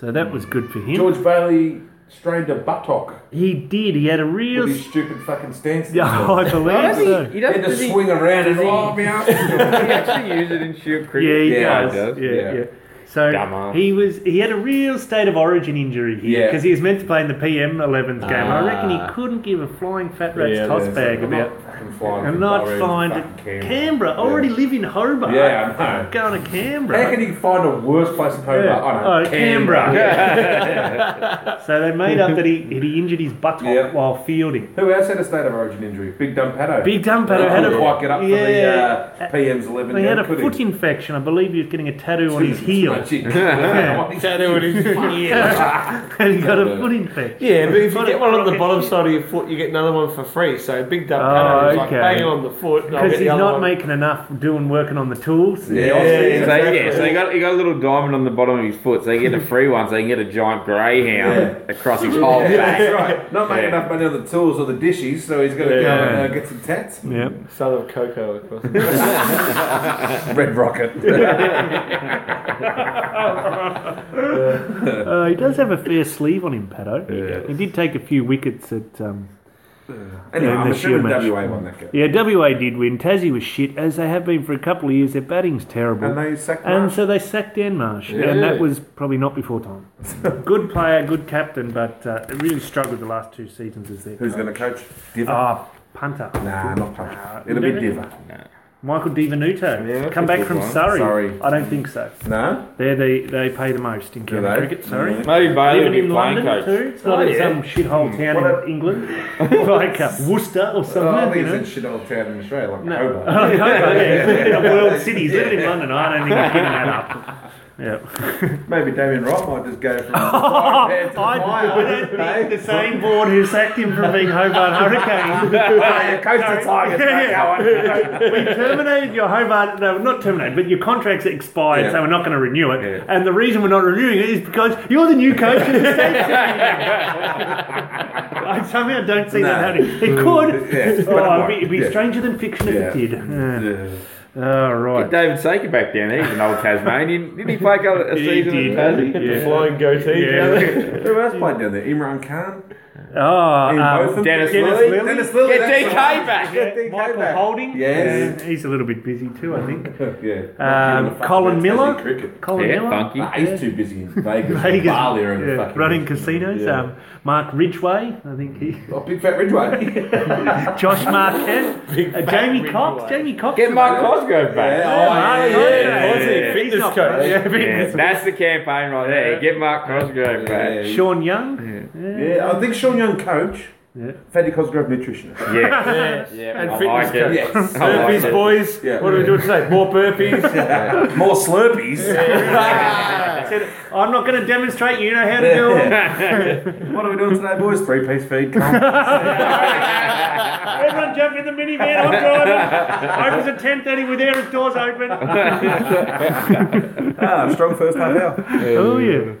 So that was good for him.
George Bailey strained a buttock
He did. He had a real.
with his
s-
stupid fucking stance.
Yeah, I believe so.
He
He
doesn't
had to
does he-
swing around and
does he-
oh, me ass.
He actually use it in shoot
Yeah,
cricket.
he
Yeah,
does.
he does.
Yeah,
Yeah.
yeah. So
Dumbass.
he was. He had a real state of origin injury here
Yeah.
because he was meant to play in the PM 11s game. I reckon he
Ah.
couldn't give a flying fat rat's
Yeah,
toss
there's
bag about.
And
And not find it. Canberra. Already live in Hobart.
Yeah, I know.
Going to Canberra.
How can he find a worse place in Hobart?
Yeah.
I know.
Oh, Canberra. so they made up that he, he injured his buttock
Yeah.
while fielding.
Who else had a state of origin injury? Big Dumb Pato.
Big Dumb Pato
He
had a-
couldn't quite get up
Yeah.
for the uh, PM's 11
He had a
game, could
foot infection. I believe he was getting a tattoo on his heel. and he got a foot infection.
Yeah, but if you
Got
get
a
one on the
crooked
bottom
shit.
side of your foot, you get another one for free. So big dumb
Oh,
pattern is like
okay.
banging on the foot. and I'll
Because
get the
he's
other
not
one.
making enough doing working on the tools.
Yeah,
So,
yeah,
yeah, so he got, he got a little diamond on the bottom of his foot, so he can get a free one, so he can get a giant greyhound across his whole back.
That's right. Not making enough money on the tools or the dishes, so he's got to go
Yeah.
and uh, get some tats.
Yep.
Son of Coco across the
Red Rocket.
Uh, he does have a fair sleeve on him, Pato.
Yeah.
He did take a few wickets at. Um,
anyway,
Yeah,
I'm
the
assuming
shoe match.
WA won that game.
yeah, WA did win. Tassie was shit, as they have been for a couple of years. Their batting's terrible.
And they sacked
And
Marsh.
so they sacked Dan Marsh, and that was probably not before time. good player, good captain, but uh, really struggled the last two seasons as their Oh.
Who's going to coach? Diva?
Ah, punter.
nah, not coach. It'll
you
be
don't
Diva.
Michael DiVenuto.
Yeah, that's
come
a
back
good
from
one.
Surrey.
Surrey.
I don't think so.
No?
They're the, they pay the most in county
they?
cricket, sorry.
Mm.
Maybe Bailey
Even
would be
in
playing
London
coach.
too. It's not
Oh,
in
yeah.
some shithole town
What a-
in England. like uh, Worcester or something.
Well, I
you
think
know?
it's in shit old town in Australia, like
No.
Hobart.
Oh, yeah. He's living in a world city. He's living in London. I don't think he's giving that up. Yeah.
Maybe Damien Wright might just go from the frying pan to the
I, I
fire.
don't think
eh?
the same board who sacked him from being Hobart Hurricane
Yeah, Coastal Tigers.
Yeah,
mate,
yeah.
go on.
terminated your Hobart, no, not terminated, but your contract's expired,
Yeah.
so we're not going to renew it.
Yeah.
And the reason we're not renewing it is because you're the new coach of the state. I somehow don't see that
No.
happening. It could.
Yeah, but it
Oh, it'd
won't.
be, it'd be
Yeah.
stranger than fiction if it did.
Yeah.
Yeah.
Yeah.
Oh, right.
David Saker back down there. He's an old Tasmanian. Didn't he play a a
He
season in
did.
Tassie?
Yeah.
Flying goatee.
Yeah.
Who else played down there? Imran Khan? Ian
Oh, um,
Botham?
Dennis
Lilly?
Dennis Lilly.
Get
that's
DK
the one.
back.
Get DK
Michael
back.
Holding.
Yes.
Yeah, he's a little bit busy too, I think.
Yeah.
Um, Colin Miller. Colin
Yeah,
Miller.
funky.
Nah, he's too busy in Vegas.
Vegas,
Bali or in
yeah,
the fucking-
running casinos.
Yeah.
Um, Mark Ridgway, I think he.
Oh, Big Fat Ridgeway.
Josh Marquette, uh, Jamie Cox, Jamie Cox.
Get Mark Cosgrove back.
Yeah.
Mark
Oh,
Cox.
yeah.
yeah, yeah.
He's
Fitness
not
coach.
bad.
Yeah,
Yeah, that's the campaign right there.
Yeah.
Get Mark Cosgrove
Yeah.
back.
yeah.
Sean Young.
Yeah, I think Sean Young coach.
Yeah.
Fatty Cosgrove nutritionist.
Yeah,
Yes.
yeah,
And
I like
fitness
it.
coach.
Yes.
I like
Burpees,
it.
boys.
Yeah.
What are we doing today? More burpees.
More Slurpees.
I said, I'm not going to demonstrate. You know how to do it.
What are we doing today, boys? Three piece feed. Come on.
Everyone jump in the minivan. I'm driving. Opens at 10:30 with air doors open.
Ah, strong first half hour.
Oh yeah.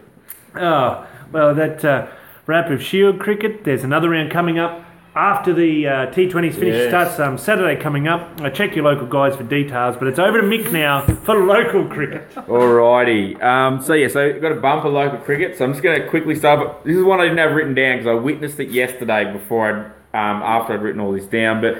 Oh well, that uh, wrap of Shield cricket. There's another round coming up after the uh, T20s finish.
Yes.
Starts um, Saturday coming up. Uh, check your local guys for details. But it's over to Mick now for local cricket.
Alrighty. Um, so yeah, so I've got a bumper local cricket. So I'm just going to quickly start. But this is one I didn't have written down because I witnessed it yesterday before I, um, after I'd written all this down. But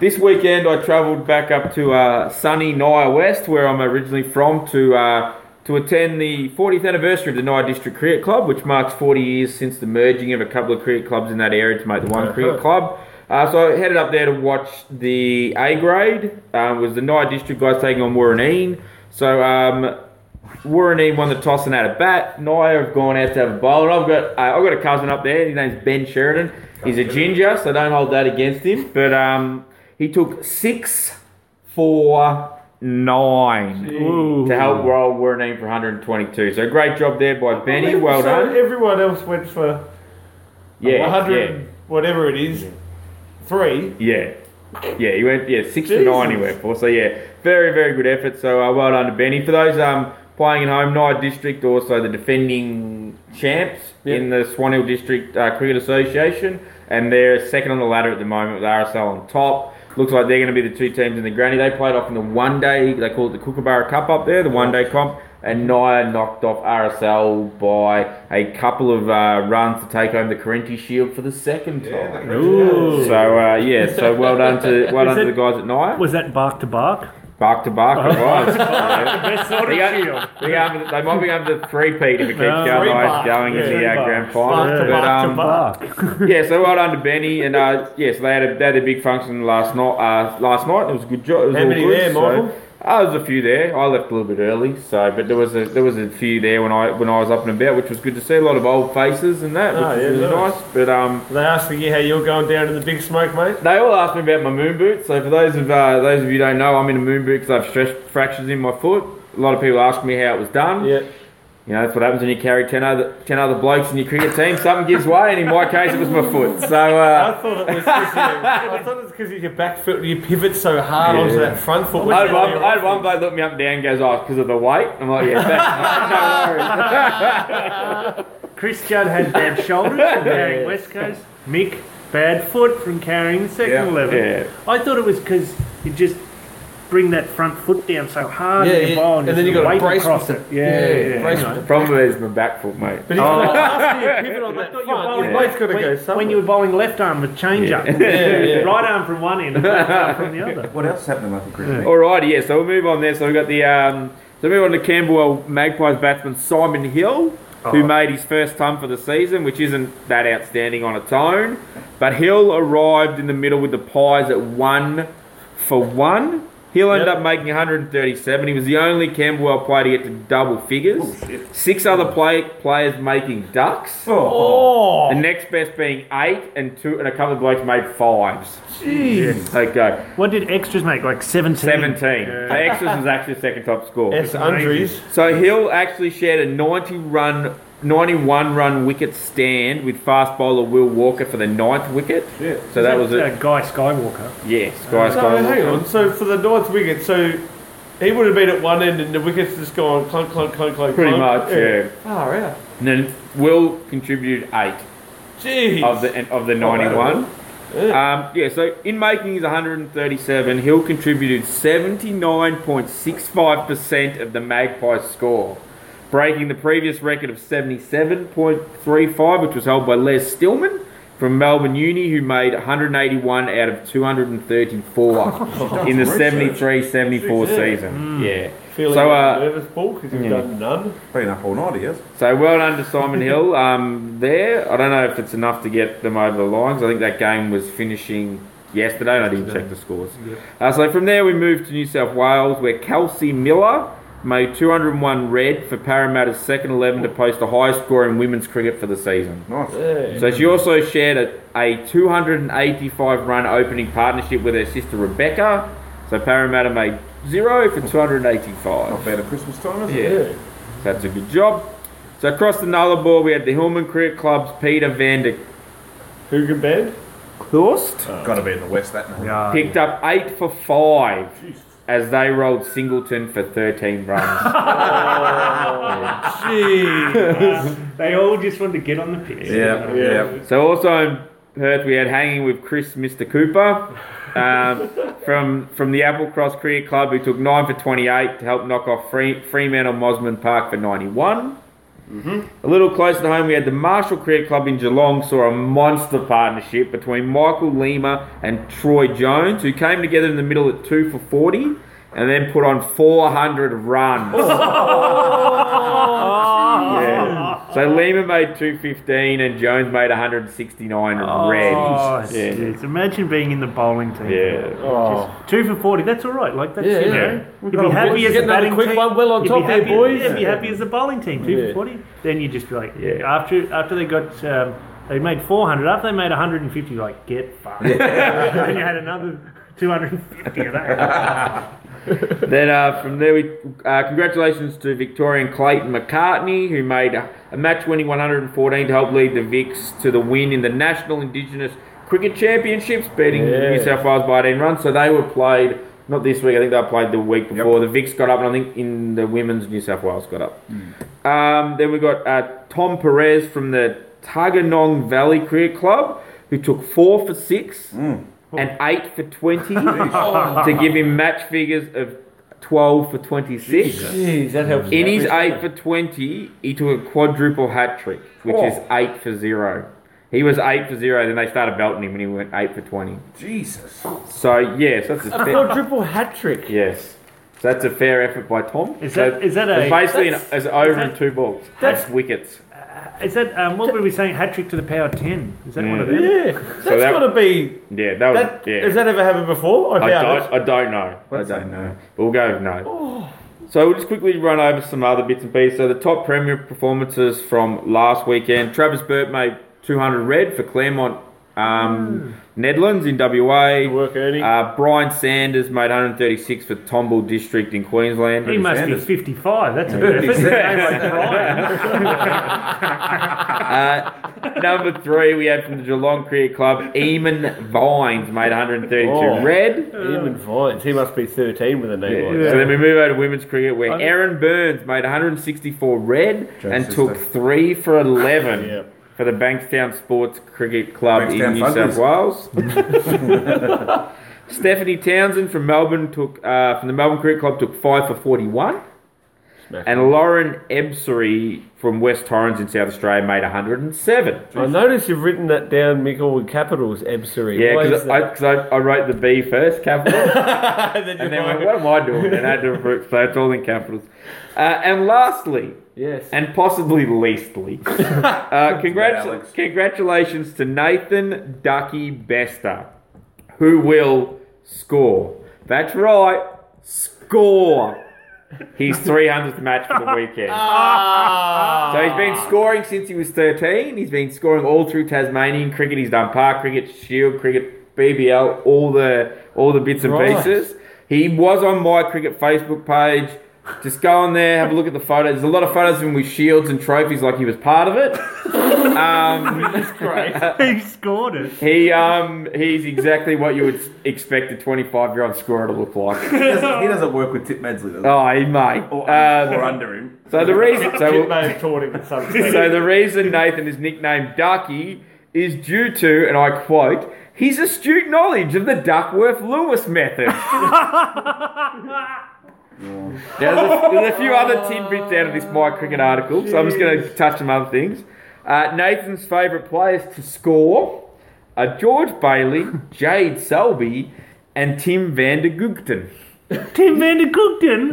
this weekend I travelled back up to uh, sunny Naya West, where I'm originally from, to uh, to attend the 40th anniversary of the Naya District Cricket Club, which marks 40 years since the merging of a couple of cricket clubs in that area to make the one cricket club. Uh, so I headed up there to watch the A grade. Um, it was the Nye District guys taking on Warreneen. So um, Warreneen won the toss and had a bat. Nye have gone out to have a bowl. And I've got uh, I've got a cousin up there. His name's Ben Sheridan. He's a ginger, so don't hold that against him. But um, he took six, four, nine
Ooh.
to help roll Warreneen for 122. So great job there by Benny. Well
so
done.
Everyone else went for
Yeah,
100,
yeah.
whatever it is, three.
Yeah. Yeah, he went yeah six to nine he
Jesus.
went for. So yeah, very very good effort. So uh, well done to Benny for those um playing at home. Nye District also the defending champs
Yeah.
in the Swan Hill District uh, Cricket Association, and they're second on the ladder at the moment with RSL on top. Looks like they're going to be the two teams in the granny. They played off in the one day. They call it the Kookaburra Cup up there, the one day comp. And Naya knocked off RSL by a couple of uh, runs to take home the Carenti Shield for the second time.
Ooh.
So uh, yeah, so well done to well done to the
it-
guys at Nye.
Was that bark to bark?
Bark to bark, it was.
Best sort
They,
of
got-
shield.
they got- they might be going to three peat if it keeps
No,
going
three
like
bark.
it's going in the
Yeah, three
uh, grand
Bark
final.
to
But
bark to
um, yeah, so well done to Benny and uh, yeah, so they had a they had a big function last night. Uh, last night it was a good job. It was
How
all
many
good,
there,
so-
Michael?
Oh, there was a few there. I left a little bit early, so but there was a there was a few there when I when I was up and about, which was good to see. A lot of old faces and that, which
Oh,
was
yeah,
really
nice.
nice. But um,
They asked for you how you're going down in the big smoke, mate.
They all asked me about my moon boot. So for those of uh, those of you who don't know, I'm in a moon boot because I've stress fractures in my foot. A lot of people ask me how it was done.
Yeah.
You know, that's what happens when you carry 10 other, 10 other blokes in your cricket team. Something gives way, and in my case, it was my foot. So,
I
uh,
thought it was because I thought it was because your back foot, you pivot so hard onto that front foot.
I had one, I had one bloke look me up and down and goes, oh, because of the weight. I'm like, yeah, thanks. no worries.
Chris Judd had bad shoulders from carrying West Coast. Mick, bad foot from carrying the second
Yeah.
11.
Yeah.
I thought it was because you just bring that front foot down so hard
Yeah,
in your
yeah,
bowl
and
and,
then you
just
gotta
weight
brace
across it.
with
Yeah, yeah, yeah.
brace
Anyway.
The problem is my back foot, mate.
But if you ask me to pivot on that
Thought
front,
you were bowling
your weight's got to
when,
go somewhere.
when you were bowling left arm with change up,
yeah.
right arm from one end, and left arm from the other.
What else is happening in cricket?
Alrighty, yeah, so we'll move on there. So we've got the um, so we move on to Camberwell Magpies batsman Simon Hill,
Uh-huh.
who made his first ton for the season, which isn't that outstanding on its own. But Hill arrived in the middle with the Pies at one for one. He'll end up making 137. He was the only Camberwell player to get to double figures.
Oh, shit.
Six other play, players making ducks.
Oh,
The next best being eight, and two, and a couple of blokes made fives. Jeez. Okay,
What did extras make? Like 17?
17. So Extras was actually the second top score.
S. Andrews.
So Hill actually shared a 90 run, 91 run wicket stand with fast bowler Will Walker for the ninth wicket.
Shit.
So that was it.
Uh, Guy Skywalker.
Yes, guys.
So hang on. So for the ninth wicket, so he would have been at one end, and the wicket's just gone clunk, clunk, clunk, clunk.
Pretty
clunk.
much, yeah.
Far out.
And then Will contributed eight
Jeez.
of the of the 91. Um, Oh, yeah, so in making his 137, Hill contributed 79.65% of the Magpie's score, breaking the previous record of 77.35, which was held by Les Stillman from Melbourne Uni, who made 181 out of 234 in the 73 74 season. Yeah. Hmm.
Feeling
So, uh,
nervous, Paul, because you've
yeah.
done none.
oh. been up all night, he has.
So well done to Simon Hill um, there. I don't know if it's enough to get them over the lines. I think that game was finishing yesterday and I didn't check the scores. Uh, so from there we moved to New South Wales where Kelsey Miller made 201 red for Parramatta's second 11 to post the highest score in women's cricket for the season.
Nice.
Yeah.
So she also shared a, a 285 run opening partnership with her sister Rebecca. So Parramatta made zero for 285.
Not bad at Christmas time, is it?
Yeah. That's a good job. So across the Nullarbor, we had the Hillman Cricket Club's Peter van der
Hoogan Band.
Klost
Gotta be in the west that night.
Yeah.
picked up eight for five as they rolled Singleton for 13 runs.
They all just wanted to get on the pitch.
Yeah, yeah.
so also in Perth, we had hanging with Chris Mr. Cooper um, from from the Apple Cross Cricket Club, who took nine for 28 to help knock off Free, Fremantle Mosman Park for 91. A little closer to home, we had the Marshall Cricket Club in Geelong saw a monster partnership between Michael Lima and Troy Jones, who came together in the middle at two for forty, and then put on four hundred runs. Yeah. So Lima made two fifteen, and Jones made one hundred sixty nine red.
Oh,
Yeah.
jeez. Imagine being in the bowling team.
Yeah.
Oh.
Two for 40, that's all right. Like, that's,
Yeah,
you
yeah.
know. You'd
got
be
a-
happy as
get
a
another
batting
quick
team.
one. Well on
You'd
top
be
there,
happy-
boys.
Yeah, be happy as a bowling team. Two
Yeah.
for 40. Then you'd just be like,
Yeah.
after after they got, um, they made 400, after they made 150, you're like, get fucked. then you had another 250 of that.
Then uh, from there, we uh, congratulations to Victorian Clayton McCartney, who made a, a match-winning 114 to help lead the Vics to the win in the National Indigenous Cricket Championships, beating New South Wales by 18 runs. So they were played not this week. I think they were played the week before. The Vics got up, and I think in the women's New South Wales got up. Um, then we got uh, Tom Perez from the Tuggeranong Valley Cricket Club, who took four for six and eight for 20 to give him match figures of 12 for 26.
Jeez, that helps.
In his 8 for 20, he took a quadruple hat trick, which is
Oh.
8 for 0. He was 8 for 0, then they started belting him and he went 8 for 20.
Jesus.
So, yes, that's a fair...
Quadruple hat trick.
Yes. So that's a fair effort by Tom.
Is
So
that- is that
it's
a-
basically an,
that's-
it's over
that-
and two balls. That's,
that's-
wickets.
Is that, um, what were we saying? Hat trick to the power 10. Is that one of them?
Yeah. That's
that-
got to be.
Yeah, that was
That,
yeah.
Has that ever happened before?
I
doubt
don't, I don't know. I
Let's
don't
say
know.
no.
But we'll go with no.
Oh.
So we'll just quickly run over some other bits and pieces. So the top premier performances from last weekend: Travis Burt made 200 red for Claremont um, Nedlands in WA.
Hmm. Good work, Ernie.
Uh, Brian Sanders made 136 for Tomble District in Queensland.
He must
Sanders.
be 55. That's a good effort.
Uh, Number three, we had from the Geelong Cricket Club, Eamon Vines made 132
Oh.
red.
Eamon Vines. He must be 13 with a name like
So then we move over to women's cricket where Aaron Burns made 164 red and
Jones'
took
sister.
three for 11
Yep.
for the Bankstown Sports Cricket Club in
Bankstown
New
Thunders.
South Wales. Stephanie Townsend from Melbourne took uh, from the Melbourne Cricket Club took five for 41.
Smash.
And Lauren Ebsery from West Torrens in South Australia made 107.
I notice you've written that down, Michael, with capitals, Ebsery.
Yeah,
Why
because
is
I,
that?
'cause I, I wrote the B first, capital.
and then,
And then went, what am I doing? And I had to re- so it's all in capitals. Uh, and lastly,
Yes.
and possibly leastly, uh, congrats-
Alex.
congratulations to Nathan Ducky Bester, who will score. That's right, Score! His 300th match for the weekend.
Ah.
So he's been scoring since he was 13. He's been scoring all through Tasmanian cricket. He's done park cricket, shield cricket, BBL, all the all the bits and
Right.
pieces. He was on my cricket Facebook page. Just go on there, have a look at the photos. There's a lot of photos of him with shields and trophies, like he was part of it. um,
he scored it.
he um, he's exactly what you would expect a 25 year old scorer to look like.
He doesn't, he doesn't work with Tip Medsley, does he?
Oh, he mate.
Or, or
Um,
under him.
so the reason, so
Kid may have taught him at some stage.
So the reason Nathan is nicknamed Ducky is due to, and I quote, his astute knowledge of the Duckworth Lewis method. now, there's, a, there's a few other tidbits out of this My Cricket article, so I'm just going to touch on other things. Uh, Nathan's favourite players to score are George Bailey, Jade Selby, and Tim van der Googten.
Tim van der Googden.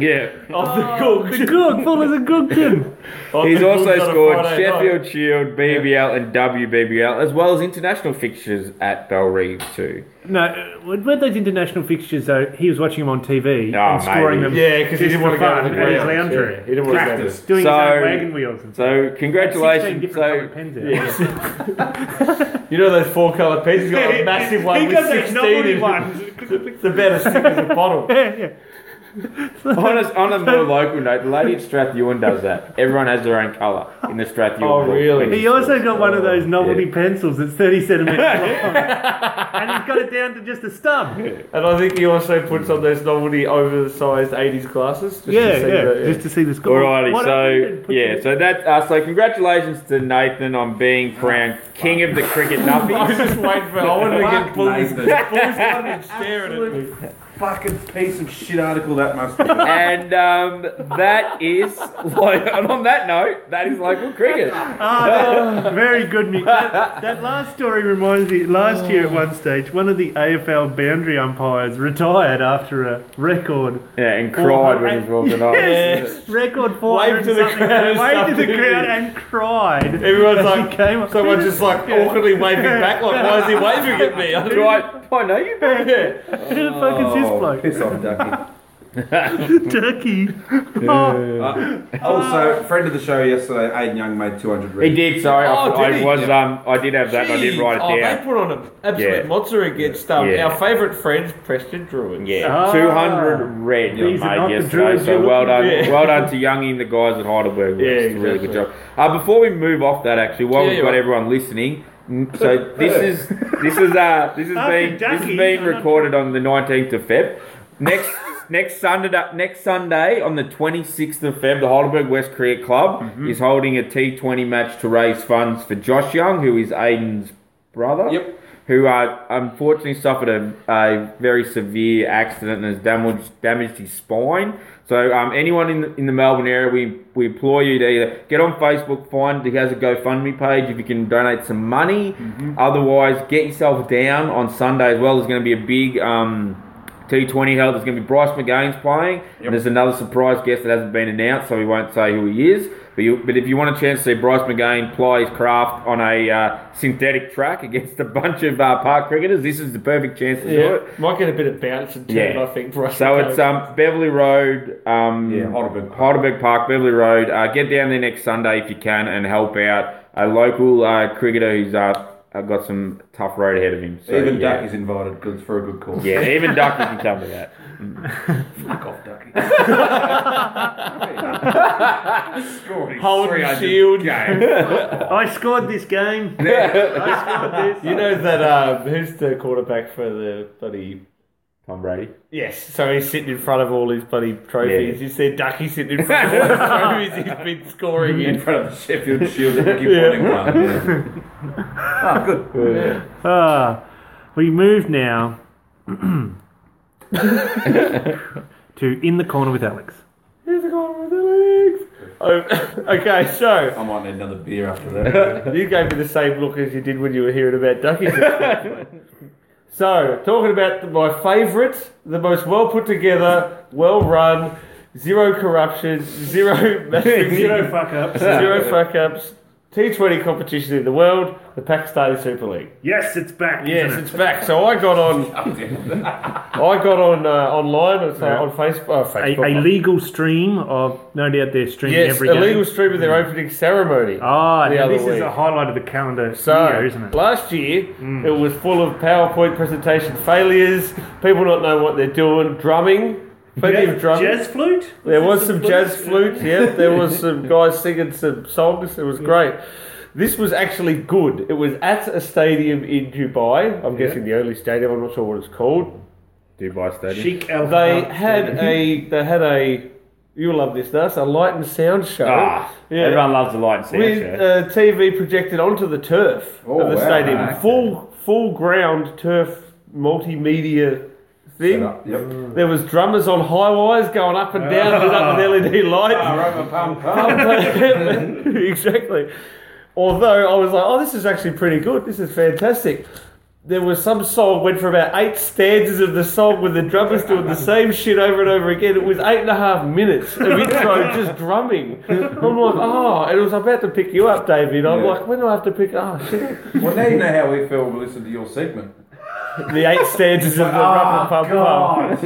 Yeah.
Off the cook.
The Goog, full of the Googden.
Off
He's
the
also
cook's on a
scored
Friday
Sheffield
night.
Shield, BBL, and WBBL, as well as international fixtures at Belrive too.
No, uh, weren't those international fixtures though? He was watching them on TV
Oh,
and scoring
maybe.
them.
Yeah, because he
Just
didn't want to
for
go to
fun,
the
at his
ground.
lounge room.
Yeah, he didn't want to go to
Practice.
Doing his
So-
own wagon wheels and stuff.
So
Sixteen
congratulations.
different
So
coloured pens out.
You know those four colour pens? He's got a massive one
He
with
got that
16
novelty
in it.
one.
It's the better stick as a bottle.
yeah, yeah.
on a, on a more local note, the lady at Strathewen does that. Everyone has their own colour in the Strathewen.
Oh,
book.
really?
He also got one of those novelty
Yeah.
pencils that's 30 centimetres long. and he's got it down to just a stub. Yeah,
And I think he also puts on those novelty oversized 80s glasses. Just
yeah,
to see That, yeah.
just to see the score. What
Alrighty,
happened?
so yeah, so that's uh, so congratulations to Nathan on being crowned king of the cricket
I was
nuppies.
just waiting for I wanted to get pulled this
Nathan.
bull's one and staring at me.
Fucking piece of shit article that must be.
and um, that is, like, and on that note, that is local cricket.
Ah, that- very good, Nick. That, that last story reminds me. Last year, at one stage, one of the AFL boundary umpires retired after a record
Yeah, and cried when he was walking off.
Yes, record four.
Waved to the crowd and
Waved to the
stuff,
crowd
didn't
and cried.
Everyone's
as he
like,
came up.
someone just like awkwardly waving back, like, why is he waving at me? I don't
Right, I know you. bro.
Yeah.
Who the fuck is this bloke?
Oh, Piss off, Ducky.
Turkey. Oh,
Also, friend of the show yesterday, Aiden Young made 200
He
rings.
did. Sorry,
Oh,
I,
did
I
he?
was. Um, I did have that. and I did write
oh,
it
they
down.
put on an absolute
Yeah.
monster against um,
Yeah.
our favourite friends, Preston Druids.
Yeah,
Ah.
200 red
These
mate
are not the
yesterday.
druids
So
you're
well done,
looking for.
well done to Youngie and the guys at Heidelberg. Yeah,
Yeah,
it's a really good job.
exactly.
Uh, before we move off that, actually, while
Yeah,
we've
you're
got
right.
everyone listening, mm, so this is this is uh this is
After
being this
Ducky,
is being
I'm not-
recorded on the 19th of Feb. Next next Sunday next Sunday on the 26th of Feb, the Heidelberg West Cricket Club
Mm-hmm.
is holding a T20 match to raise funds for Josh Young, who is Aiden's brother
Yep.
who uh, unfortunately suffered a, a very severe accident and has damaged, damaged his spine. So um, anyone in the, in the Melbourne area, we, we implore you to either get on Facebook, find he has a GoFundMe page if you can donate some money. Otherwise, get yourself down on Sunday as well. There's going to be a big um, T20 held. There's going to be Bryce McGain's playing, and there's another surprise guest that hasn't been announced, so we won't say who he is. But, you, but if you want a chance to see Bryce McGain ply his craft on a uh, synthetic track against a bunch of uh, park cricketers, this is the perfect chance to do
Yeah.
it.
Might get a bit of bounce and turn,
Yeah.
I think, for us.
So
to
it's
go.
um, Beverly Road, um,
Yeah, Heidelberg.
Heidelberg Park, Beverly Road. Uh, get down there next Sunday if you can and help out a local uh, cricketer who's uh, got some tough road ahead of him. So,
Even
yeah.
Ducky's invited because for a good cause.
Yeah, even Ducky can come to that.
Fuck off, Ducky. Scoring
Hold
300
shield.
Game.
Oh, I scored this game. I scored this.
You know that um, who's the quarterback for the bloody?
Tom Brady.
Yes, so he's sitting in front of all his bloody trophies.
Yeah.
You see Ducky sitting in front of all the trophies he's been scoring
In
in.
front of the Sheffield Shield and keep winning one. Yeah. Ah, good.
Ah, we move now to In the Corner with Alex.
Here's the corner with the legs. Oh, okay, so
I might need another beer after that.
You gave me the same look as you did when you were hearing about duckies. so, talking about the, my favourite, the most well put together, well run, zero corruption, zero
Zero fuck ups.
zero fuck ups, T20 competition in the world, the Pakistani Super League.
Yes, it's back.
Yes,
isn't
it's back. So I got on. I got on uh, online. It's, uh, on Facebook. Oh,
it?
Facebook.
a, a legal stream of no doubt they're streaming
yes,
every
a
game.
legal stream of their opening ceremony.
Ah,
the
now
other
this is
week.
a highlight of the calendar
So
year, isn't it? Mm.
last year it was full of PowerPoint presentation failures, people not know what they're doing, drumming, plenty of drumming.
jazz flute.
There was
this
some
the
jazz flute, yeah. There was some guys singing some songs. It was great. This was actually good. It was at a stadium in Dubai. I'm guessing the only stadium. I'm not sure what it's called.
Dubai Stadium.
Chic Al
They had a they had a you love this, Nas, a light and sound show.
Ah,
Yeah.
everyone loves the light and sound
with
show.
uh, TV projected onto the turf
Oh,
of the
wow.
stadium,
Okay.
full full ground turf multimedia thing.
Yep.
There was drummers on high wires going up and down
Ah.
lit up with LED lights. exactly. Although I was like, oh, this is actually pretty good. This is fantastic. There was some song went for about eight stanzas of the song with the drummers doing the same shit over and over again. It was eight and a half minutes of intro just drumming. I'm like, oh, and it was about to pick you up, David. I'm
Yeah.
like, when do I have to pick? Oh shit!
Well, now you know how we feel. We listen to your segment.
The eight stanzas Oh, of the
Oh,
rubber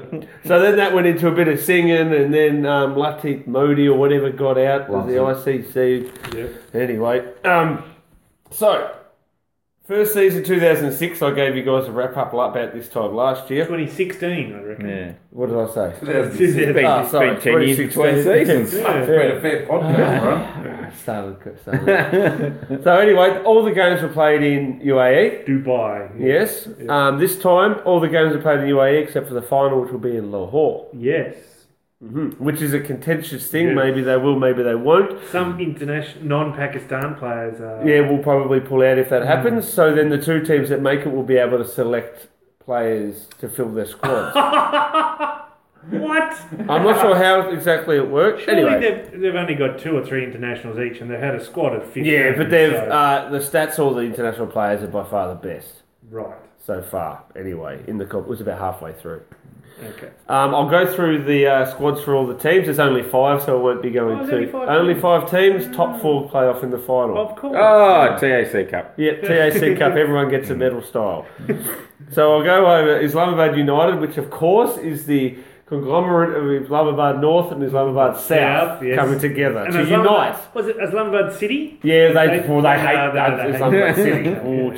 pump pump. So then that went into a bit of singing, and then um, Latif Modi or whatever got out was the ICC. Anyway, um, so first season 2006, I gave you guys a wrap up about this time last year.
2016, I reckon.
yeah.
What did I say?
It's
It's been,
Ah,
it's
sorry,
been 10 years between
2016.
seasons.
been a fair podcast, right?
Started, started. so anyway, all the games were played in UAE.
Dubai.
Yes. Um, this time, all the games are played in UAE except for the final, which will be in Lahore.
Yes.
which is a contentious thing.
Yes.
Maybe they will, maybe they won't.
Some international non-Pakistan players are.
Yeah, we'll probably pull out if that happens. So then the two teams that make it will be able to select players to fill their squads.
What?
I'm not sure how exactly it works.
Surely
anyway,
they've, they've only got two or three internationals each, and they've had a squad of 15.
yeah, but they've
so-
uh, the stats. All the international players are by far the best
right.
so far. Anyway, in the comp, it was about halfway through.
Okay.
Um, I'll go through the uh, squads for all the teams. There's only five, so I won't be going
Oh, there's
to
only five teams.
five teams. Top four play off in the final.
Of course.
Uh,
Oh, TAC Cup.
Yeah, TAC Cup, everyone gets a medal style. So I'll go over Islamabad United, which of course is the conglomerate of Islamabad North and Islamabad South
South, yes.
coming together
And
to
Islamabad-
unite.
Was it Islamabad City?
Yeah, they,
They-
well, they
they-
hate
no, they-
that
they hate that.
Islamabad City. Oh,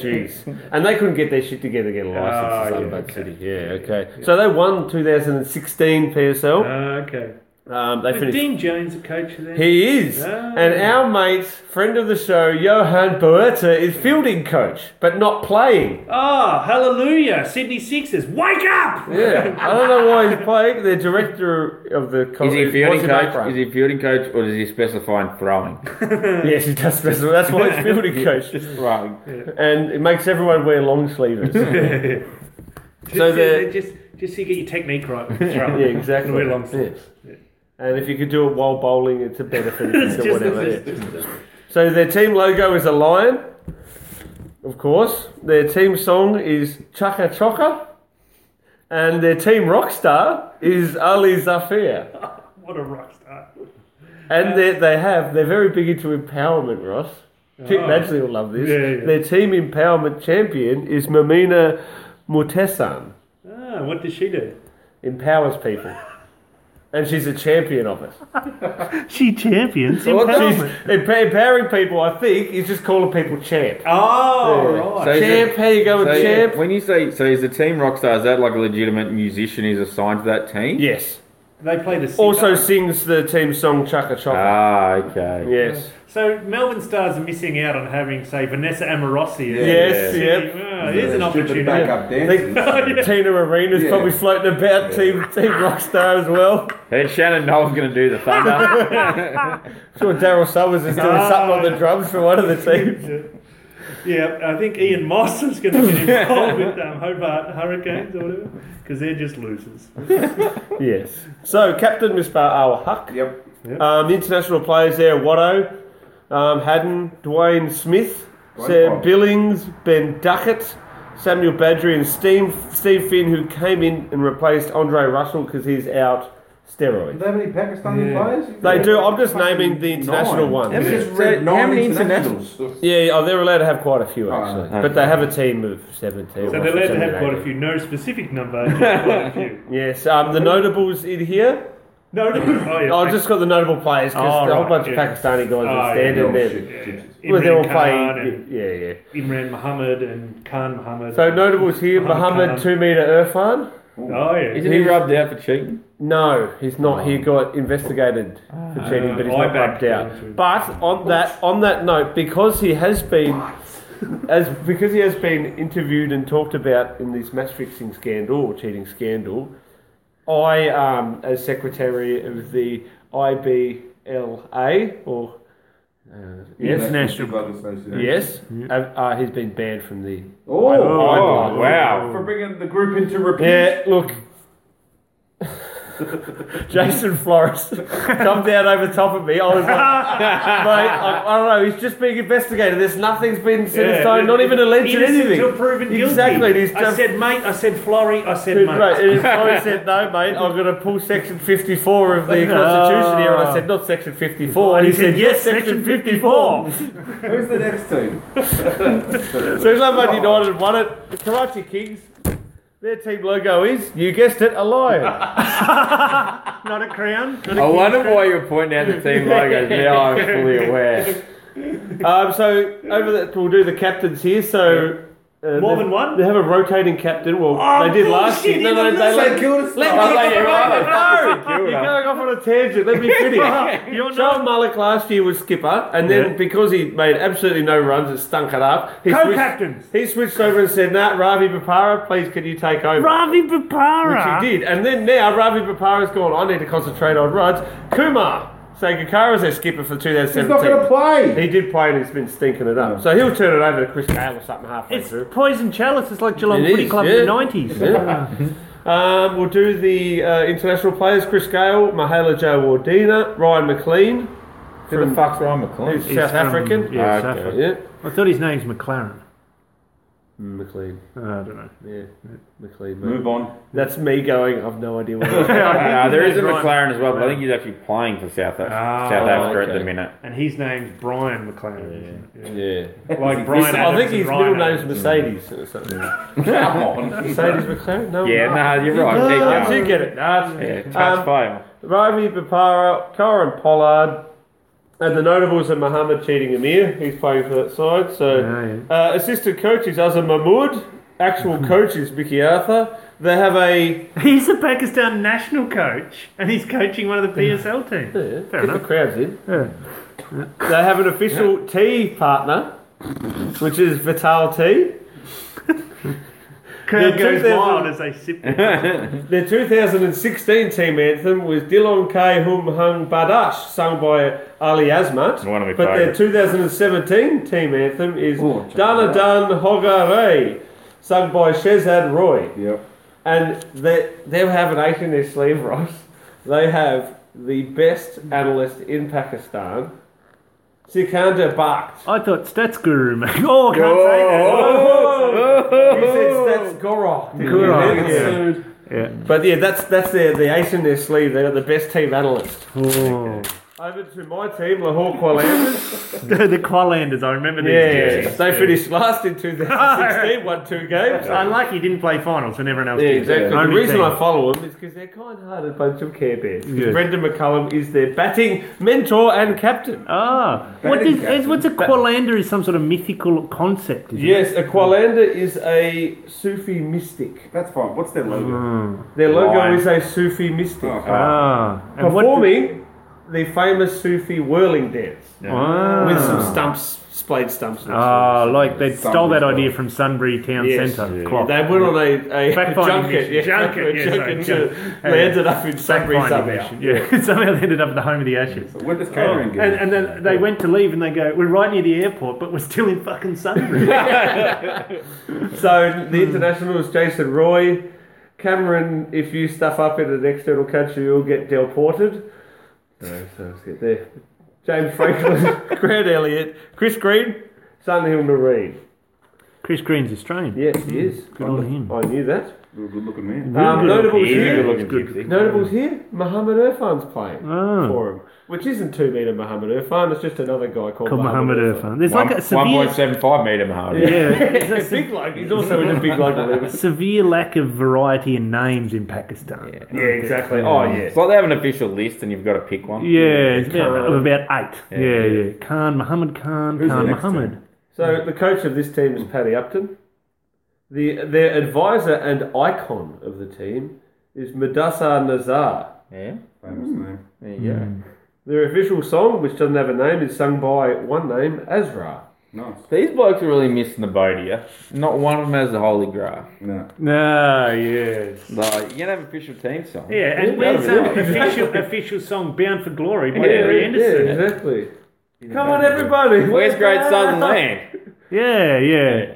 jeez. And they couldn't get their shit together to get a license
Ah, yeah,
Islamabad
okay.
City. Yeah, okay. So they won 2016 PSL.
Ah, okay.
Um, they
But
finished.
Dean Jones, the coach there.
He is.
Ah.
And our mate, friend of the show, Johan Boerta, is fielding coach, but not playing.
Oh, hallelujah. Sydney Sixers, wake up!
Yeah, I don't know why he's playing. The director of the co-
Is he
what's
fielding
his
coach?
background?
Is he fielding coach or does he specify in throwing?
yes, he does special. That's why he's fielding coach,
throwing.
and it makes everyone wear long sleeves. so
Just,
the
just, just so you get your technique right. with the throw.
yeah, exactly.
Wear long
Yeah.
sleeves.
And if you could do it while bowling, it's a benefit
It's
or
just-
whatever.
it's
yeah.
just-
So their team logo is a lion, of course. Their team song is Chaka Choka, and their team rock star is Ali Zafir.
What a rock star.
And they they have they're very big into empowerment, Ross. Chip Madsley will love this.
Ah. Yeah, yeah.
Their team empowerment champion is Mamina Mutesan.
Ah, what does she do?
Empowers people. And she's a champion of it.
She champions
She's emp- empowering people, I think, is just calling people champ.
Oh, right.
So is
champ,
it-
how you going,
so yeah,
champ?
When you say so, is the team Rockstar? Is that like a legitimate musician? Is assigned to that team?
Yes.
They play the
Also
Signal.
sings the team song Chaka Chaka.
Ah, okay.
yes.
so Melbourne Stars are missing out on having, say, Vanessa Amorosi. as-
Yes,
Yeah.
yep.
Ah, Here's an opportunity.
Stupid backup dancers.
Tina Arena's
Yeah.
probably floating about, team, team Rockstar as well.
And Shannon Noel's going to do the thunder.
sure Daryl Summers is doing
Ah.
something on the drums for one of the teams.
Yeah, I think Ian Moss is going to get involved with um, Hobart Hurricanes or whatever, because they're just losers.
Yes. So, Captain Misbah Al Haq.
Yep.
Um, the international players there Watto, um, Haddon, Dwayne Smith,
Dwayne
Sam
Bob.
Billings, Ben Duckett, Samuel Badgery, and Steve, Steve Finn, who came in and replaced Andre Russell because he's out
Steroids.
They have any Pakistani players?
They do. I'm just naming the international
Nine.
ones.
How many,
So, how many
Yeah, oh, they're allowed to have quite a few actually,
okay.
but they have a team of
So
seventeen.
they're allowed to have quite a few. No specific number, just quite a few.
Yes, um, the notables in here.
No, no. Oh, yeah.
I've just got the notable players
Oh,
because a whole
right,
bunch
yeah. Oh,
of Pakistani guys
yeah,
are
Oh,
standing there. Well,
Imran
they're all
Khan
playing.
and
Yeah, yeah.
Imran Muhammad and Khan Muhammad.
So notables here: Muhammad,
Khan.
two meter Irfan.
Oh, yeah.
Isn't he rubbed out for cheating?
No, he's not. He got investigated for cheating, but he's
I
not
backed
rubbed
him.
out. But on that on that note, because he has been as because he has been interviewed and talked about in this match fixing scandal or cheating scandal, I um, as secretary of the IBLA or uh, yes
International.
yes, have- uh, he's been banned from the
Oh,
Oh,
wow.
For bringing the group into repute.
Yeah, Eh, look. Jason Flores jumped out over top of me. I was like, mate, I, I don't know. He's just being investigated. There's nothing's been set in stone, not even alleged or
Innocent
anything.
till proven guilty.
Exactly. He's
I
just.
said, mate. I said, Florrie. I said,
Dude,
mate.
Right, and Flores said, no, mate, I'm going to pull section 54 of the Constitution here. And I said, not section 54. And he said, yes, section 54.
Who's the next team?
So Lambert United won it. The Karachi Kings, their team logo is, you guessed it, a lion.
Not a crown. Not a
I wonder why you were pointing out the team logos. Now I'm fully aware.
Um, so over the, we'll do the captains here. So uh,
More
they-
than one?
They have a rotating captain. Well, they did last year.
bullshit,
No, no,
you
they
don't
let.
Kilda
let
Oh,
me
thank you,
no,
right.
you're going off on a tangent. Let me finish.
You're
John Mullock last year was skipper, and then because he made absolutely no runs and stunk it up, he
Co-captains.
Switched, he switched over and said, "Nah, Ravi Bapara, please can you take over?"
Ravi Bapara.
Which he did. And then now Ravi Bapara's gone, I need to concentrate on runs. Kumar, so Gakara's their skipper for 2017.
He's not going to play.
He did play and he's been stinking it up. So he'll turn it over to Chris Gale or something halfway
It's
through.
poison chalice. It's like Geelong
It
Footy
is,
Club
yeah.
in the nineties.
Um, we'll do the uh, international players Chris Gale, Mahela Joe Wardina, Ryan McLean,
Who the fuck's Ryan McClellan?
who's South African.
Yeah,
Okay.
South African.
Yeah.
I thought his name's McLaren.
McLean.
Uh, I don't know.
Yeah. McLean. mate.
Move on.
That's me going, I've no idea what it is.
Uh, there is a
That's right.
McLaren as well, but I think he's actually playing for South, Af-
Ah,
South Africa at
okay.
the minute.
And his name's Brian McLaren. isn't it?
yeah.
Yeah. Like Brian.
I
Adams
think
and
his
Brian
middle name's
Adams.
Mercedes or something.
Come on.
Mercedes McLaren? No.
Yeah,
no.
nah, you're right. Keep
I
going.
do get it. Nah, it's-
Yeah, touch
Um,
fail.
Ravi Bapara, Kyron Pollard, and the notables are Mohammed Cheating Amir. He's playing for that side. So, uh, assistant coach is Azam Mahmood. Actual coach is Mickey Arthur. They have a
He's the Pakistan national coach, and he's coaching one of the PSL teams.
get the
enough.
crowds in. They have an official tea partner, which is Vital Tea.
Crowd
Yeah,
goes
they're-
wild as they sip. it.
Their 2016 team anthem was Dilon K Hum Hung Badash, sung by Ali Asmat.
One of my
but their
favourites.
2017 team anthem is
Oh, check
Dana
it
Dan Hoga Ray, sung by Shezad Roy.
Yep.
And they, they have an ace in their sleeve, right? They have the best analyst in Pakistan, Sikander Bakht.
I thought stats guru. mate. Oh, I can't Oh.
Oh!
You said that's Goro.
Goro,
But yeah, that's that's their the ace in their sleeve. They got the best team analyst.
say that. Oh.
Over to my team, Lahore Qualanders.
the Qualanders, I remember these.
yeah,
jerseys.
they finished last in 2016, won two games.
I'm lucky he didn't play finals when everyone else did.
The
Only
reason
team.
I follow them is because they're kind-hearted bunch of care bears. Brendan McCullum is their batting mentor and captain.
Ah, what
didn't
is, is, what's a Qualander is some sort of mythical concept. Is
Yes, a Qualander is a Sufi mystic.
That's fine. What's their logo?
Their logo
Lion.
is a Sufi mystic,
Oh,
Uh,
It? Ah, and what-
performing the famous Sufi whirling dance
ah.
with some stumps, splayed stumps. and
Ah, like they
Sunbury
stole that
Club.
idea from Sunbury Town
Yes.
Centre clock.
They went on a, a
Fact-finding
junket,
mission.
yeah,
Junket,
a
yeah,
junket
sorry,
to
yeah.
landed up in Sunbury
Fact-finding
somehow.
mission. Yeah, somehow they ended up at the home of the Ashes.
So When does catering
And,
get in?
oh, and then they went to leave and they go, we're right near the airport, but we're still in fucking Sunbury.
So the international is Jason Roy, Cameron. If you stuff up in an external country, you'll get deported. So, so let's get there. James Franklin, Grant Elliott, Chris Green, Sunhill Marine.
Chris Green's Australian.
Yes, he is.
Mm. Good on him.
I knew that.
You're a good looking man.
Um, notables
He's a
here.
good looking gypsy.
Notables here. Mohammed Irfan's playing
Oh.
for him, which isn't two meter Mohammed Irfan. It's just another guy called
Called Muhammad Irfan. There's like a severe,
1.75 metre Mahoney.
yeah,
He's a big bloke. He's also in a big bloke.
severe lack of variety in names in Pakistan. Yeah,
yeah, exactly.
Oh, yeah. It's like they have an official list and you've got to pick one.
it's about, of about eight. Yeah, yeah. Khan, Muhammad Khan, Khan, Muhammad.
So the coach of this team is Paddy Upton. The their advisor and icon of the team is Madassar Nazar.
Yeah.
Famous name.
There you go.
Their official song, which doesn't have a name, is sung by one name, Azra.
Nice.
These blokes are really missing the boat here. Not one of them has the Holy Grail.
No.
No, yes.
Like, you can have an official team song.
Yeah, and
Yeah,
where's
yeah.
that official official song "Bound for Glory" by
Yeah,
Barry
yeah,
Anderson?
exactly. Come on, everybody.
Where's Great Southern Land?
Yeah, yeah,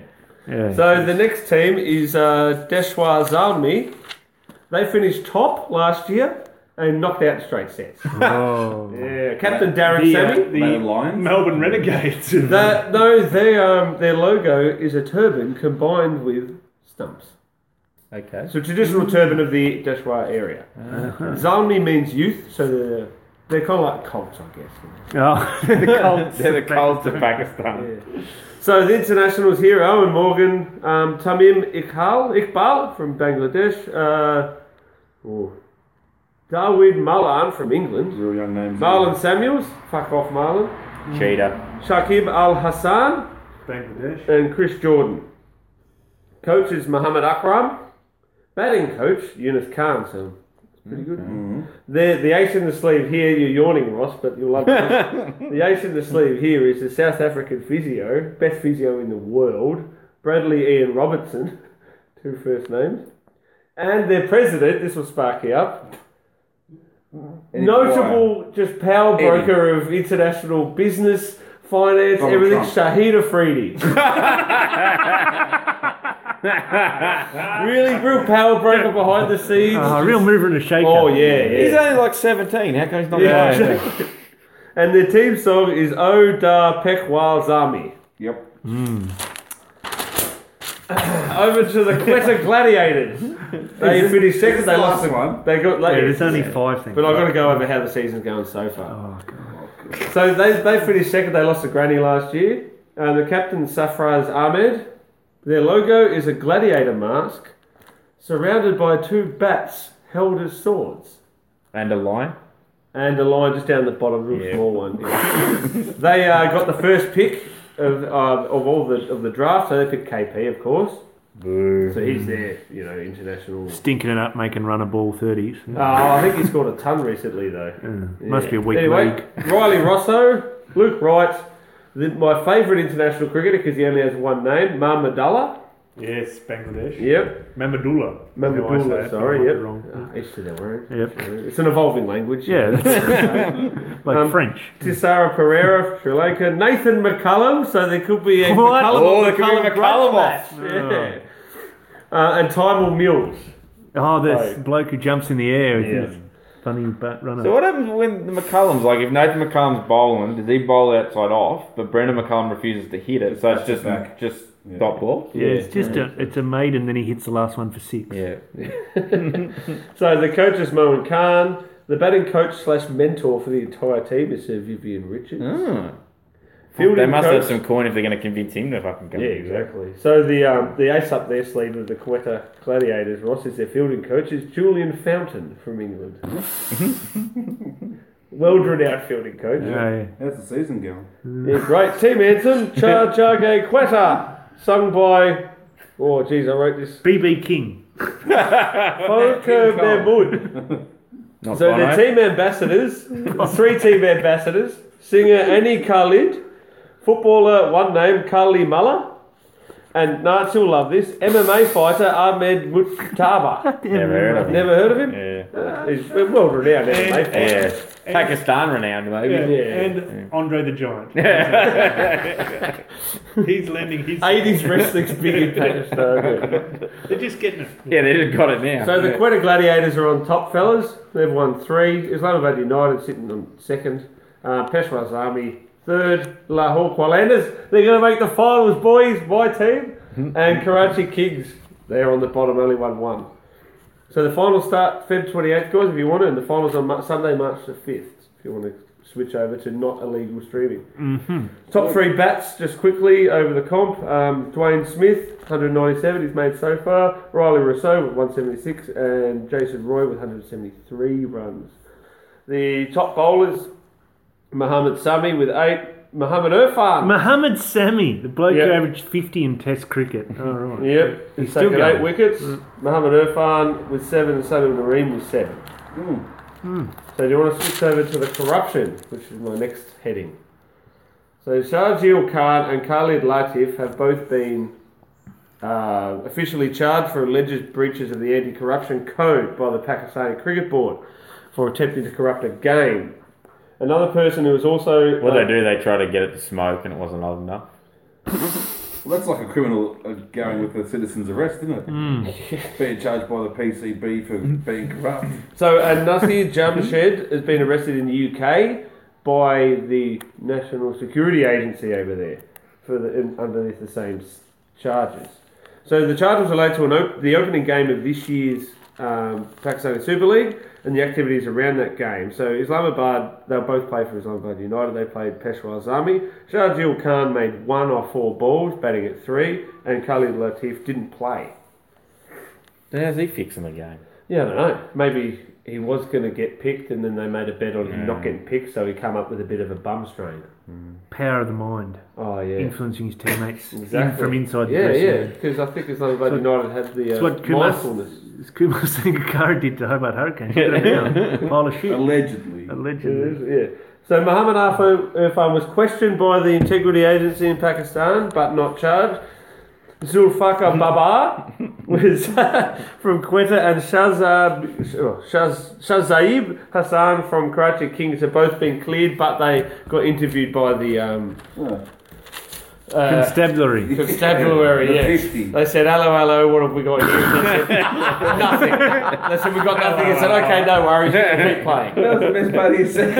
yeah.
So the next team is uh, Deshwa Zalmi. They finished top last year and knocked out straight sets.
oh.
yeah, Captain Darren
uh,
Sammy.
The Lions.
Melbourne Renegades.
That, no, their um, their logo is a turban combined with stumps.
Okay.
So traditional turban of the Deshwa area. Zalmi means youth, so they're, they're kind of like cults, I guess.
oh, the cults.
They're the cults of Pakistan.
So the internationals here, Owen Morgan, um, Tamim Iqbal, Iqbal from Bangladesh, uh, oh, Darwin Malan from England,
Real young names.
Marlon Samuels, fuck off Marlon,
Cheetah.
Shakib Al Hassan,
Bangladesh.
and Chris Jordan. Coach is Muhammad Akram. Batting coach, Yunus Khan, so it's pretty good. The, the ace in the sleeve here, you're yawning, Ross, but you'll love it. the ace in the sleeve here is the South African physio, best physio in the world, Bradley Ian Robertson, two first names. And their president, this will spark you up, notable just power broker of international business, finance,
Donald Trump.
everything, Shahid Afridi. really real power broker behind the scenes.
Oh, real mover and a shaker.
Oh, yeah,
He's
yeah.
only like 17. How come he's not
Yeah.
playing?
And their team song is O Da Pekwal Zami.
Yep.
Over to the Quetta Gladiators. They finished second. They lost the
one.
They got
Yeah,
late.
there's only five things.
But I've got to go over how the season's going so far. So they, they finished second. They lost to Granny last year. Uh, the captain, Safraz Ahmed. Their logo is a gladiator mask surrounded by two bats held as swords.
And a lion.
And a line just down the bottom, a little small one. Yeah. they uh, got the first pick of, uh, of all the of the draft, so they picked KP, of course. So he's their, you know, international.
Stinking it up, making run a ball 30s.
Oh, I think he scored a ton recently, though.
Must be a weak
Anyway, Riley Rosso, Luke Wright, the, my favourite international cricketer because he only has one name, Mahmudullah.
Yes, Bangladesh.
Yep.
Mamadullah.
Mahmudullah, sorry, yep.
Wrong.
Ah, each to their word.
Yep.
It's an evolving language.
Yeah, that's like French.
Tisara Pereira, Sri Lanka. Nathan McCullum, so there could be a
What?
McCullum.
Oh, there could be a McCullum
match. Yeah. Uh, and Timel Mills.
Oh, this bloke who jumps in the air with his funny butt runner.
So what happens when the McCullum's like? If Nathan McCullum's bowling, does he bowl outside off? But Brendan McCullum refuses to hit it, so it's just
back.
just dot ball.
yeah, it's just a, it's a maid and then he hits the last one for six.
Yeah.
So the coach is Moen Khan. The batting coach slash mentor for the entire team is Sir Vivian Richards.
Hmm.
Fielding
They must have
coach-
some coin if they're going to convince him to fucking come.
Yeah, exactly. So the um, the ace up their sleeve of the Quetta Gladiators, Ross, is their fielding coach, is Julian Fountain from England. Well-renowned fielding coach.
Yeah.
How's the season going?
Yeah, great team anthem, Cha Chage Quetta, sung by, oh geez, I wrote this,
BB King.
Folker Mahmood.
Not
So
Bono.
the team ambassadors, three team ambassadors, singer Annie Khalid, footballer, one name, Kali Muller, and Nats will love this, MMA fighter Ahmed Mutaba.
Never heard of him.
Never heard of him?
Yeah.
Uh, He's well renowned MMA fighter.
Yeah. Pakistan renowned, maybe.
And Andre the Giant. He's lending his.
80s wrestling's big in Pakistan.
They're just getting it.
Yeah, they just got it now.
So the
Yeah.
Quetta Gladiators are on top, fellas. They've won three. Islamabad United sitting on second. Uh, Peshawar Army third. Lahore Qualanders. They're going to make the finals, boys. My team. and Karachi Kings. They are on the bottom, only one one. So the finals start Feb 28th, guys, if you want to, and the finals on Mar- Sunday, March the 5th, if you want to switch over to not illegal streaming. Top three bats, just quickly over the comp. Um, Dwayne Smith, 197, he's made so far. Riley Rousseau with 176, and Jason Roy with 173 runs. The top bowlers, Mohamed Sami with eight, Mohamed Irfan.
Mohammed Sami, the bloke
Yep.
who averaged 50 in Test cricket. All right.
Yep, he's,
still
taken
going.
eight wickets. Mohamed Irfan with seven, and Salim Nareem with seven. So do you want to switch over to the corruption, which is my next heading? So Shahjeel Khan and Khalid Latif have both been uh, officially charged for alleged breaches of the anti-corruption code by the Pakistani Cricket Board for attempting to corrupt a game. Another person who was also
What
uh,
they do, they try to get it to smoke, and it wasn't old enough.
Well, that's like a criminal uh, going with a citizen's arrest, isn't it? Being charged by the PCB for being corrupt.
So, uh, Nasir Jamshed has been arrested in the UK by the National Security Agency over there for the, in, underneath the same s- charges. So, the charges relate to an op- the opening game of this year's um, Pakistani Super League and the activities around that game. So, Islamabad, they'll both play for Islamabad United. They played Peshawar Zami. Shahjeel Khan made one or four balls, batting at three, and Khalid Latif didn't play.
Then how's he fixing the game?
Yeah, I don't know. Maybe he was going to get picked, and then they made a bet on him not getting picked, so he come up with a bit of a bum strain.
Power of the mind,
Oh yeah,
influencing his teammates in-
Exactly.
from inside the
yeah,
dressing
yeah.
room.
Because I think Islamabad
So-
United had the uh,
so what Kumar-
mindfulness.
As Kumar Sangakkara did to Hobart Hurricanes. Put it down. Pile of shit.
Allegedly.
Allegedly.
Yeah. So Muhammad Afo- Irfan was questioned by the Integrity Agency in Pakistan, but not charged. Zulfakar Baba was from Quetta and Shazab, oh, Shaz, Shazaib Hassan from Karachi Kings have both been cleared, but they got interviewed by the um,
Oh.
uh,
Constabulary.
constabulary.
The
yes.
50.
They said, hello, hello, what have we got here? And they said, nothing. They said, we've got nothing. They said, okay, no worries, you can keep playing.
That was the best part he said.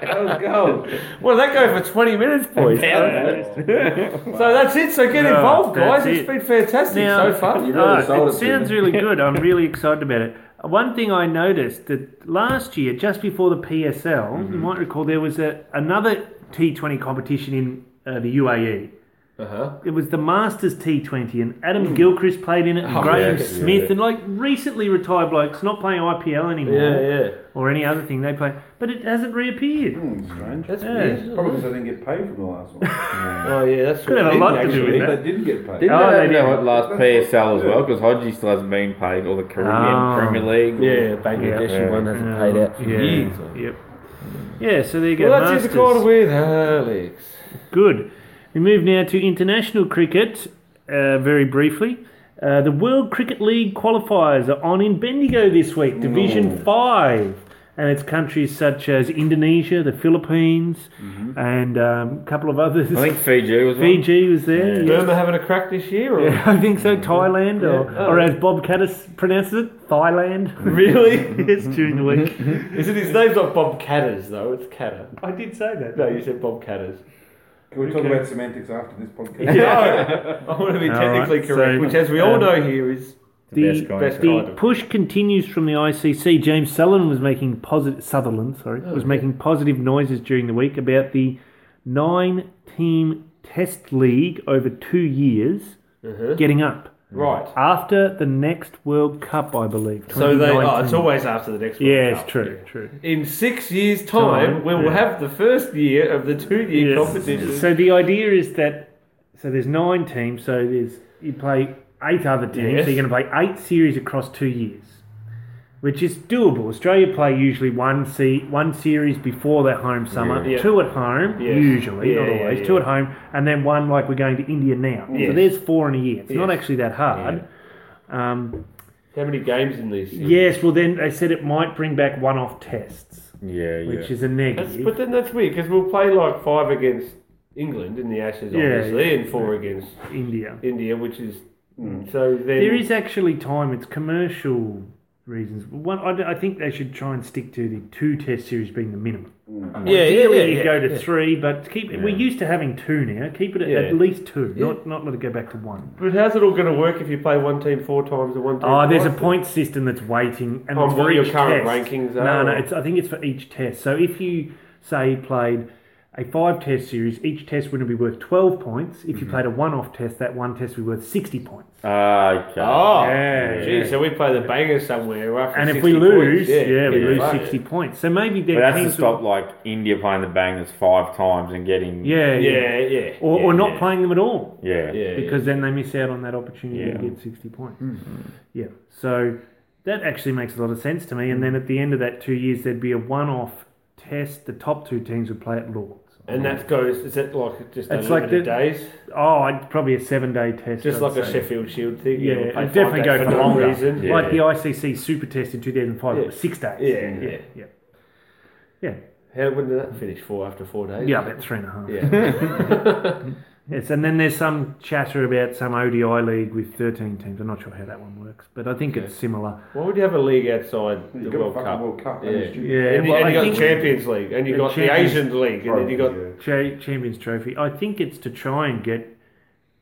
that was gold.
Well, that go for 20 minutes, boys.
Hmm.
So that's it. So get
Yeah,
involved,
that's
guys. It. has
it.
been fantastic
Now-
so far.
know
Ah,
the solar
it sounds really good. I'm really excited about it. Uh, One thing I noticed that last year, just before the PSL,
Mm-hmm.
you might recall there was a, another T20 competition in uh, the UAE.
Uh-huh. Mm.
It was the Masters T20, and Adam Gilchrist played in it,
Oh,
and Graham
yes,
Smith, and like recently retired blokes not playing IPL anymore
Yeah, yeah. Mm,
or any other thing they play, but it hasn't reappeared.
Hmm, strange.
That's
Yeah.
weird.
Probably because I didn't get paid from the last one.
Oh, yeah, that's
Could have a
weird,
lot to do with
actually.
that.
They didn't get paid.
Didn't
Oh,
they
they
know
did.
what last
That's what
PSL as
they
well?
do.
Because Hodgie still hasn't been paid, or the Caribbean
Oh.
Premier League.
Ah. Yeah, Bangladeshi
Yeah.
one hasn't paid out for
Yeah.
years.
Yep. Yeah, so there you go.
Well, that's it.
Masters.
The corner with Alex.
Good. We move now to international cricket, uh, very briefly. Uh, the World Cricket League qualifiers are on in Bendigo this week, Division 5. And it's countries such as Indonesia, the Philippines, and um, a couple of others.
I think Fiji was one.
Fiji was there. yeah.
Burma having a crack this year? Or?
Yeah, I think so, Thailand, or,
Yeah.
or as Bob Caddis pronounces it, Thailand.
Really?
yes, during the week.
Is it his name's not Bob Catters, though? It's Catter.
I did say that.
No, you said Bob Catters.
Can we talk about semantics after this podcast?
Yeah. I want to be
All
technically
right,
correct,
so,
which, as we all
um,
know here, is
The,
best guy.
best
the
guy.
push continues from the ICC. James Sutherland was making positive Sutherland, sorry,
Oh,
was making positive noises during the week about the nine-team Test League over two years
Mm-hmm.
getting up
Right.
after the next World Cup, I believe.
So they. Oh,
2019.
it's always after the next. World
yeah,
Cup.
it's true, true.
In six years' time,
Time,
we will
yeah.
have the first year of the two-year
Yes.
competition.
So the idea is that so there's nine teams. So there's you play eight other teams.
Yes.
So you're going to play eight series across two years, which is doable. Australia play usually one se- one series before their home summer,
Yeah.
two at home
Yes.
usually,
Yeah,
not
yeah,
always,
yeah.
two at home, and then one like we're going to India now. So
Yes.
there's four in a year. It's not
Yes.
actually that hard. Um,
How many games in these? series?
yes. Well, then they said it might bring back one-off tests,
Yeah, yeah.
which is a
That's,
negative.
but then that's weird because we'll play like five against England in the Ashes,
Yeah, Hmm.
obviously, and four against
India.
India, which is mm, so. Then
There is actually time. It's commercial reasons. One, I, I think they should try and stick to the two test series being the minimum.
Yeah, yeah, yeah.
Ideally, you
yeah,
go to
yeah.
three, but keep it. We're used to having two now. Keep it at, at
Yeah.
least two, not not let it go back to one.
But how's it all going to work if you play one team four times and one team?
Oh, there's a
twice?
point system that's waiting, and
On
it's for
what your
each
current
test.
rankings
No,
are,
no,
or-
it's, I think it's for each test. So if you say you played a five test series, each test wouldn't be worth twelve points. If
Mm-hmm.
you played a one off test, that one test would be worth sixty points.
Okay.
Oh,
Yeah,
Gee,
yeah.
so we play the banger somewhere. we're up for
And if we
60
lose,
points.
yeah, we lose
fuck it.
60 points. So maybe
But
they're
that's to
teams
stop like India playing the bangers five times and getting
will- Yeah, yeah.
Yeah, yeah,
Or,
yeah,
or not
yeah.
playing them at all
yeah
yeah. Hmm.
because then they miss out on that opportunity to
Yeah.
get 60 points. Yeah. So that actually makes a lot of sense to me. And then at the end of that two years, there'd be a one off test. The top two teams would play at Lords.
and that goes. Is that like just
It's
it's
like
unlimited
the-
days?
Oh, I'd, probably a seven day test.
Just
I'd
like a
say.
Sheffield Shield thing.
Yeah,
you know, play
it'd
five
definitely
days
go for
no
longer.
reason.
Yeah.
Like the ICC Super Test in 2005, it
Yeah.
was six days.
Yeah,
yeah.
yeah.
Yeah. Yeah,
How when did that finish? Four after four days.
yeah about three and a half.
Yeah.
Yes, and then there's some chatter about some ODI league with 13 teams. I'm not sure how that one works, but I think it's similar.
Why would you have a league outside the
You've got a
World
fucking
Cup?
World Cup.
Yeah.
and it's stupid.
Yeah,
And,
well,
you, and you
I
got the
think
Champions League, and you
The
got
Champions-
the Asian League, and then you got
Yeah.
Cha- Champions Trophy. I think it's to try and get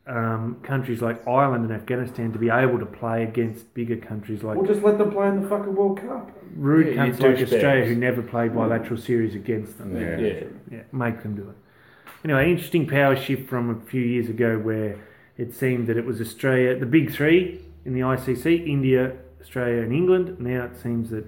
um, countries like Ireland and Afghanistan to be able to play against bigger countries like
Well, just let them play in the fucking World Cup.
rude
Yeah, you
countries like
douchebags.
Australia who never played bilateral series against them.
Yeah.
yeah.
yeah, make them do it. Anyway, interesting power shift from a few years ago where it seemed that it was Australia, the big three in the ICC, India, Australia, and England. Now it seems that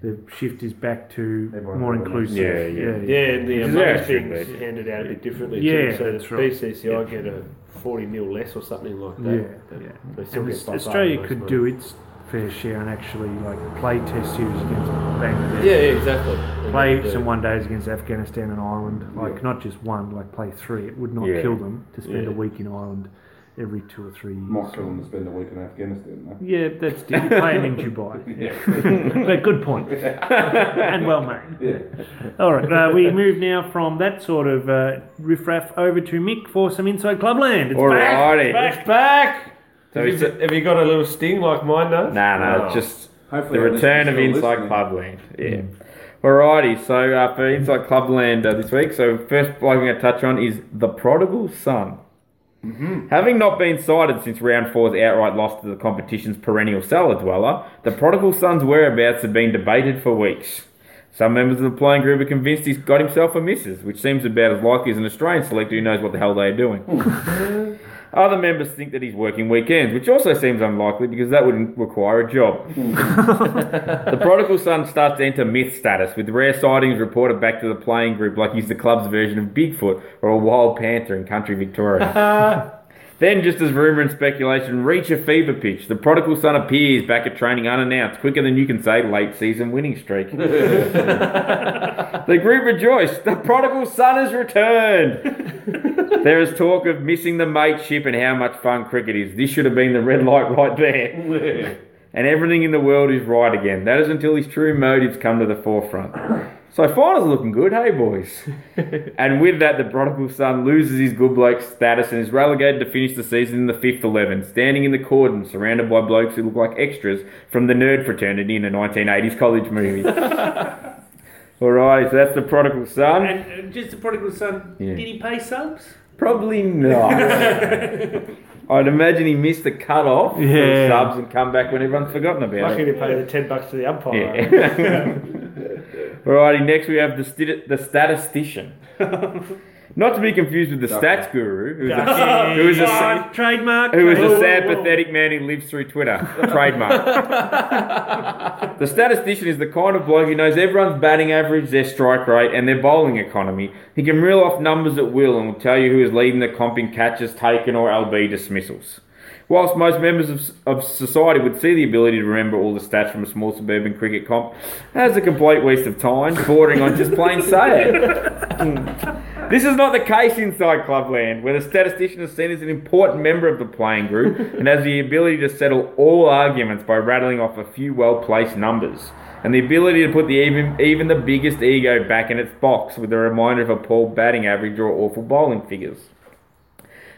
the shift is back to
Everyone
more
doing it.
inclusive.
Yeah, yeah.
Yeah, and the
Because
amount
they're
of things
actually bad.
handed out a bit differently
Yeah,
too. So the
that's right.
BCCI get a 40 mil less or something like
Yeah,
that.
yeah.
But They still
And
get
Aus-
bumped up
Australia
most
could
money.
do its fair share and actually like play test series against Bangladesh.
Yeah, yeah, exactly. And
Play
then, uh,
some one days against Afghanistan and Ireland, like not just one, like play three. It would not
Yeah.
kill them to spend
Yeah.
a week in Ireland every two or three years.
Might kill them to spend a week in Afghanistan. though.
Yeah, that's you play him in Dubai. but good point. and well made. All right, uh, we move now from that sort of uh, riffraff over to Mick for some Inside Clubland. It's back.
Alrighty.
Back, back!
So
have, you,
it's a-
have you got a little sting like mine does?
Nah, nah,
Oh.
it's just
Hopefully
the
our
return of
listeners are
Inside
listening. Hmm.
Clubland. Yeah. Alrighty, so uh, for Inside Clubland uh, this week, so first blog I'm going to touch on is The Prodigal Son.
Mm-hmm.
Having not been sighted since round four's outright loss to the competition's perennial cellar dweller, the prodigal son's whereabouts have been debated for weeks. Some members of the playing group are convinced he's got himself a missus, which seems about as likely as an Australian selector who knows what the hell they are doing.
Hmm.
Other members think that he's working weekends, which also seems unlikely because that would require a job. the prodigal son starts to enter myth status, with rare sightings reported back to the playing group like he's the club's version of Bigfoot or a wild panther in country Victoria. then, just as rumour and speculation reach a fever pitch, the prodigal son appears back at training unannounced, quicker than you can say late season winning streak. the group rejoiced. The prodigal son has returned. There is talk of missing the mateship and how much fun cricket is. This should have been the red light right there. and everything in the world is right again. That is until his true motives come to the forefront. So finals looking good, hey boys. and with that, the prodigal son loses his good bloke status and is relegated to finish the season in the fifth eleven, standing in the cordon, surrounded by blokes who look like extras from the nerd fraternity in a 1980s college movie. All right, so that's the prodigal son.
And uh, just the prodigal son,
Yeah.
did he pay subs?
Probably not. I'd imagine he missed the cutoff for
Yeah.
subs and come back when everyone's forgotten about
Lucky
it.
to pay the 10 bucks to the umpire.
Yeah. Alrighty, next we have the, sti- the statistician. Not to be confused with the stats guru, who's a, who is a, sa-
trademark.
who is a
trademark.
sad, pathetic man who lives through Twitter. Trademark. the statistician is the kind of bloke who knows everyone's batting average, their strike rate, and their bowling economy. He can reel off numbers at will and will tell you who is leading the comp in catches taken or LB dismissals. Whilst most members of, of society would see the ability to remember all the stats from a small suburban cricket comp as a complete waste of time, bordering on just plain say it. This is not the case inside Clubland, where the statistician is seen as an important member of the playing group and has the ability to settle all arguments by rattling off a few well placed numbers, and the ability to put the even, even the biggest ego back in its box with a reminder of a poor batting average or awful bowling figures.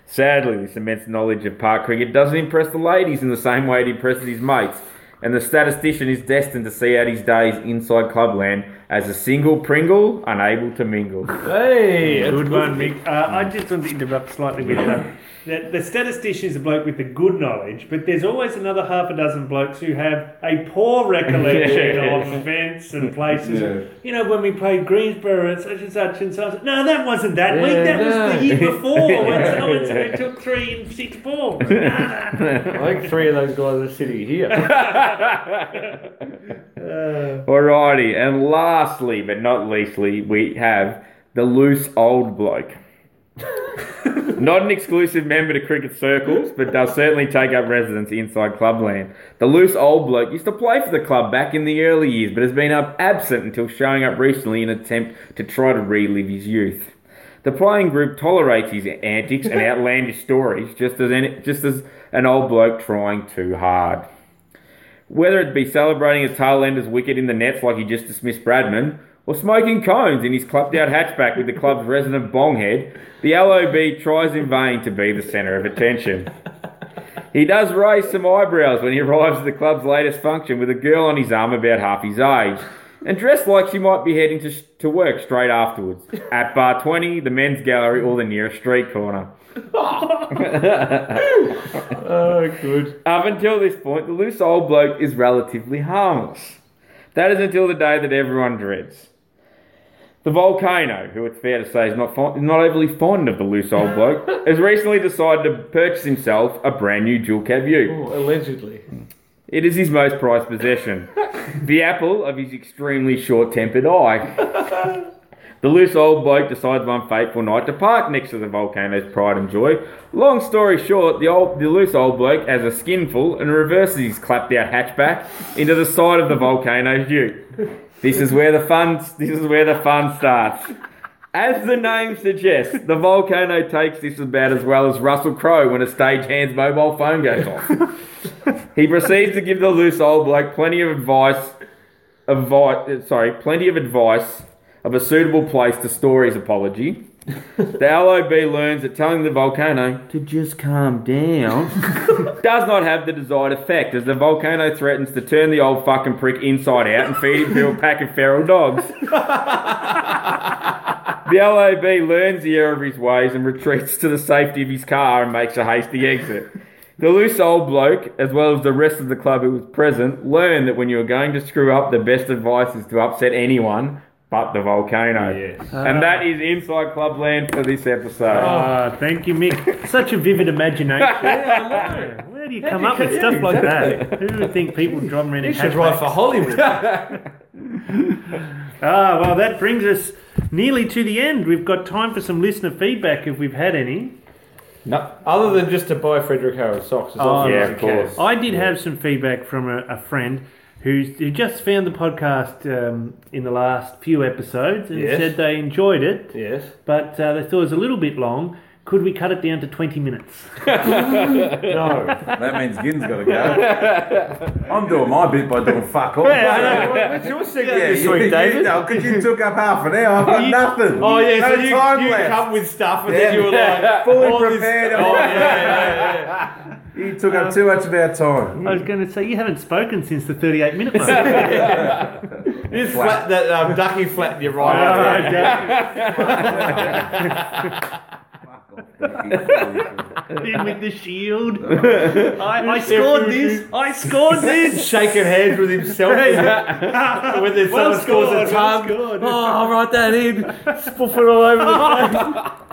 Sadly, this immense knowledge of park cricket doesn't impress the ladies in the same way it impresses his mates. and the statistician is destined to see out his days inside clubland as a single Pringle unable to mingle.
Hey,
Good one, Mick. Uh, I just want to interrupt slightly with that. The, the statistician is a bloke with the good knowledge, but there's always another half a dozen blokes who have a poor recollection of events and places.
Yeah.
You know, when we played Greensboro at such and such and such. No, that wasn't that week. That was the year before when someone said they took three and six balls.
I think three of those guys are sitting here.
Alrighty, and lastly but not leastly, we have the loose old bloke. not an exclusive member to cricket circles, but does certainly take up residence inside clubland. The loose old bloke used to play for the club back in the early years, but has been up absent until showing up recently in an attempt to try to relive his youth. The playing group tolerates his antics and outlandish stories, just as any, just as an old bloke trying too hard. Whether it be celebrating a tail ender's wicket in the nets like he just dismissed Bradman, or smoking cones in his clapped out hatchback with the club's resident bonghead, the LOB tries in vain to be the centre of attention. He does raise some eyebrows when he arrives at the club's latest function with a girl on his arm about half his age, and dressed like she might be heading to, sh- to work straight afterwards at bar 20, the men's gallery, or the nearest street corner.
oh, good.
Up until this point, the loose old bloke is relatively harmless. That is until the day that everyone dreads. The volcano, who it's fair to say is not fond, not overly fond of the loose old bloke, has recently decided to purchase himself a brand new dual cab ute.
Well, allegedly.
It is his most prized possession, the apple of his extremely short-tempered eye. The loose old bloke decides one fateful night to park next to the volcano's pride and joy. Long story short, the old, the loose old bloke has a skinful and reverses his clapped-out hatchback into the side of the volcano's ute. This is where the fun. This is where the fun starts. As the name suggests, the volcano takes this about as well as Russell Crowe when a stagehand's mobile phone goes off. He proceeds to give the loose old bloke plenty of advice, advice sorry, plenty of advice of a suitable place to store his apology. The LOB learns that telling the volcano to just calm down does not have the desired effect, as the volcano threatens to turn the old fucking prick inside out and feed him to a pack of feral dogs. The LAB learns the error of his ways and retreats to the safety of his car and makes a hasty exit. The loose old bloke, as well as the rest of the club who was present, learn that when you are going to screw up, the best advice is to upset anyone but the volcano.
Uh,
and that is Inside Clubland for this episode.
Ah, thank you, Mick. Such a vivid imagination. Where do you come up with stuff like that? Who would think people driving around in
Should write for Hollywood.
Ah, well, that brings us nearly to the end. We've got time for some listener feedback if we've had any.
Other than just to buy Frederick Harris socks. Oh,
yeah, of course.
I did have some feedback from a, a friend who's, who just found the podcast um, in the last few episodes and
Yes.
said they enjoyed it,
Yes.
but uh, they thought it was a little bit long. Could we cut it down to 20 minutes?
No.
That means Gin's got to go. I'm doing my bit by doing fuck all.
What's your segment
Yeah,
this
you,
week,
you,
David?
no, 'cause you took up half an hour. I've got nothing.
Oh yeah,
no
so you,
time
you
left.
come with stuff and
Yeah.
then you were like
Fully
all this-
prepared.
Oh yeah, yeah, yeah.
You took up too much of our time.
I was going to say, you haven't spoken since the 38 minute mark.
This flat, that um, ducky flat you're right. out there.
Ah, Jack, in with the shield. I, I scored this. I scored this.
shaking hands with himself. when there's someone scores a ton.
scored.
Oh, I'll write that in. Spoof it all over the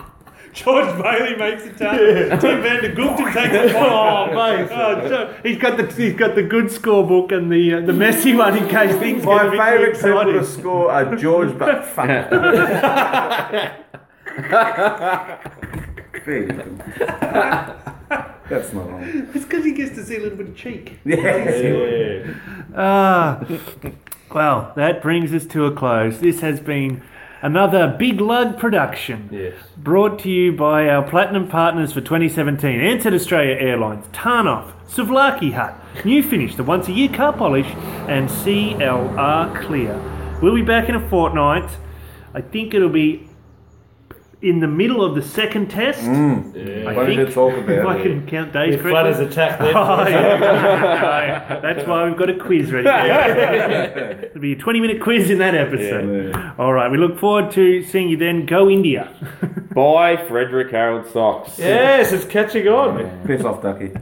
George Bailey makes a tackle. Tim Van Der Gupta takes a ball. Oh, mate. Oh, so he's got the he's got the good scorebook and the uh, the messy one in case things
My
get a bit too
favourite people
exciting.
to score are George, but fuck. There you go. That's not on.
It's because he gets to see a little bit of cheek.
Yeah.
Ah, well, that brings us to a close. This has been another Big Lug production.
Yes.
Brought to you by our platinum partners for 2017 Ansett Australia Airlines, Tarnoff, Savlaki Hut, New Finish, the once a year car polish, and CLR Clear. We'll be back in a fortnight. I think it'll be in the middle of the second test. I
What did
think
it talk
if
about?
I can count days
If Flutters
correctly.
attack them.
Oh, yeah. No, that's why we've got a quiz ready. It'll be a 20 minute quiz in that episode. All right, we look forward to seeing you then. Go India.
By Frederick Harold Socks.
Yes, it's catching on.
Piss off, Ducky.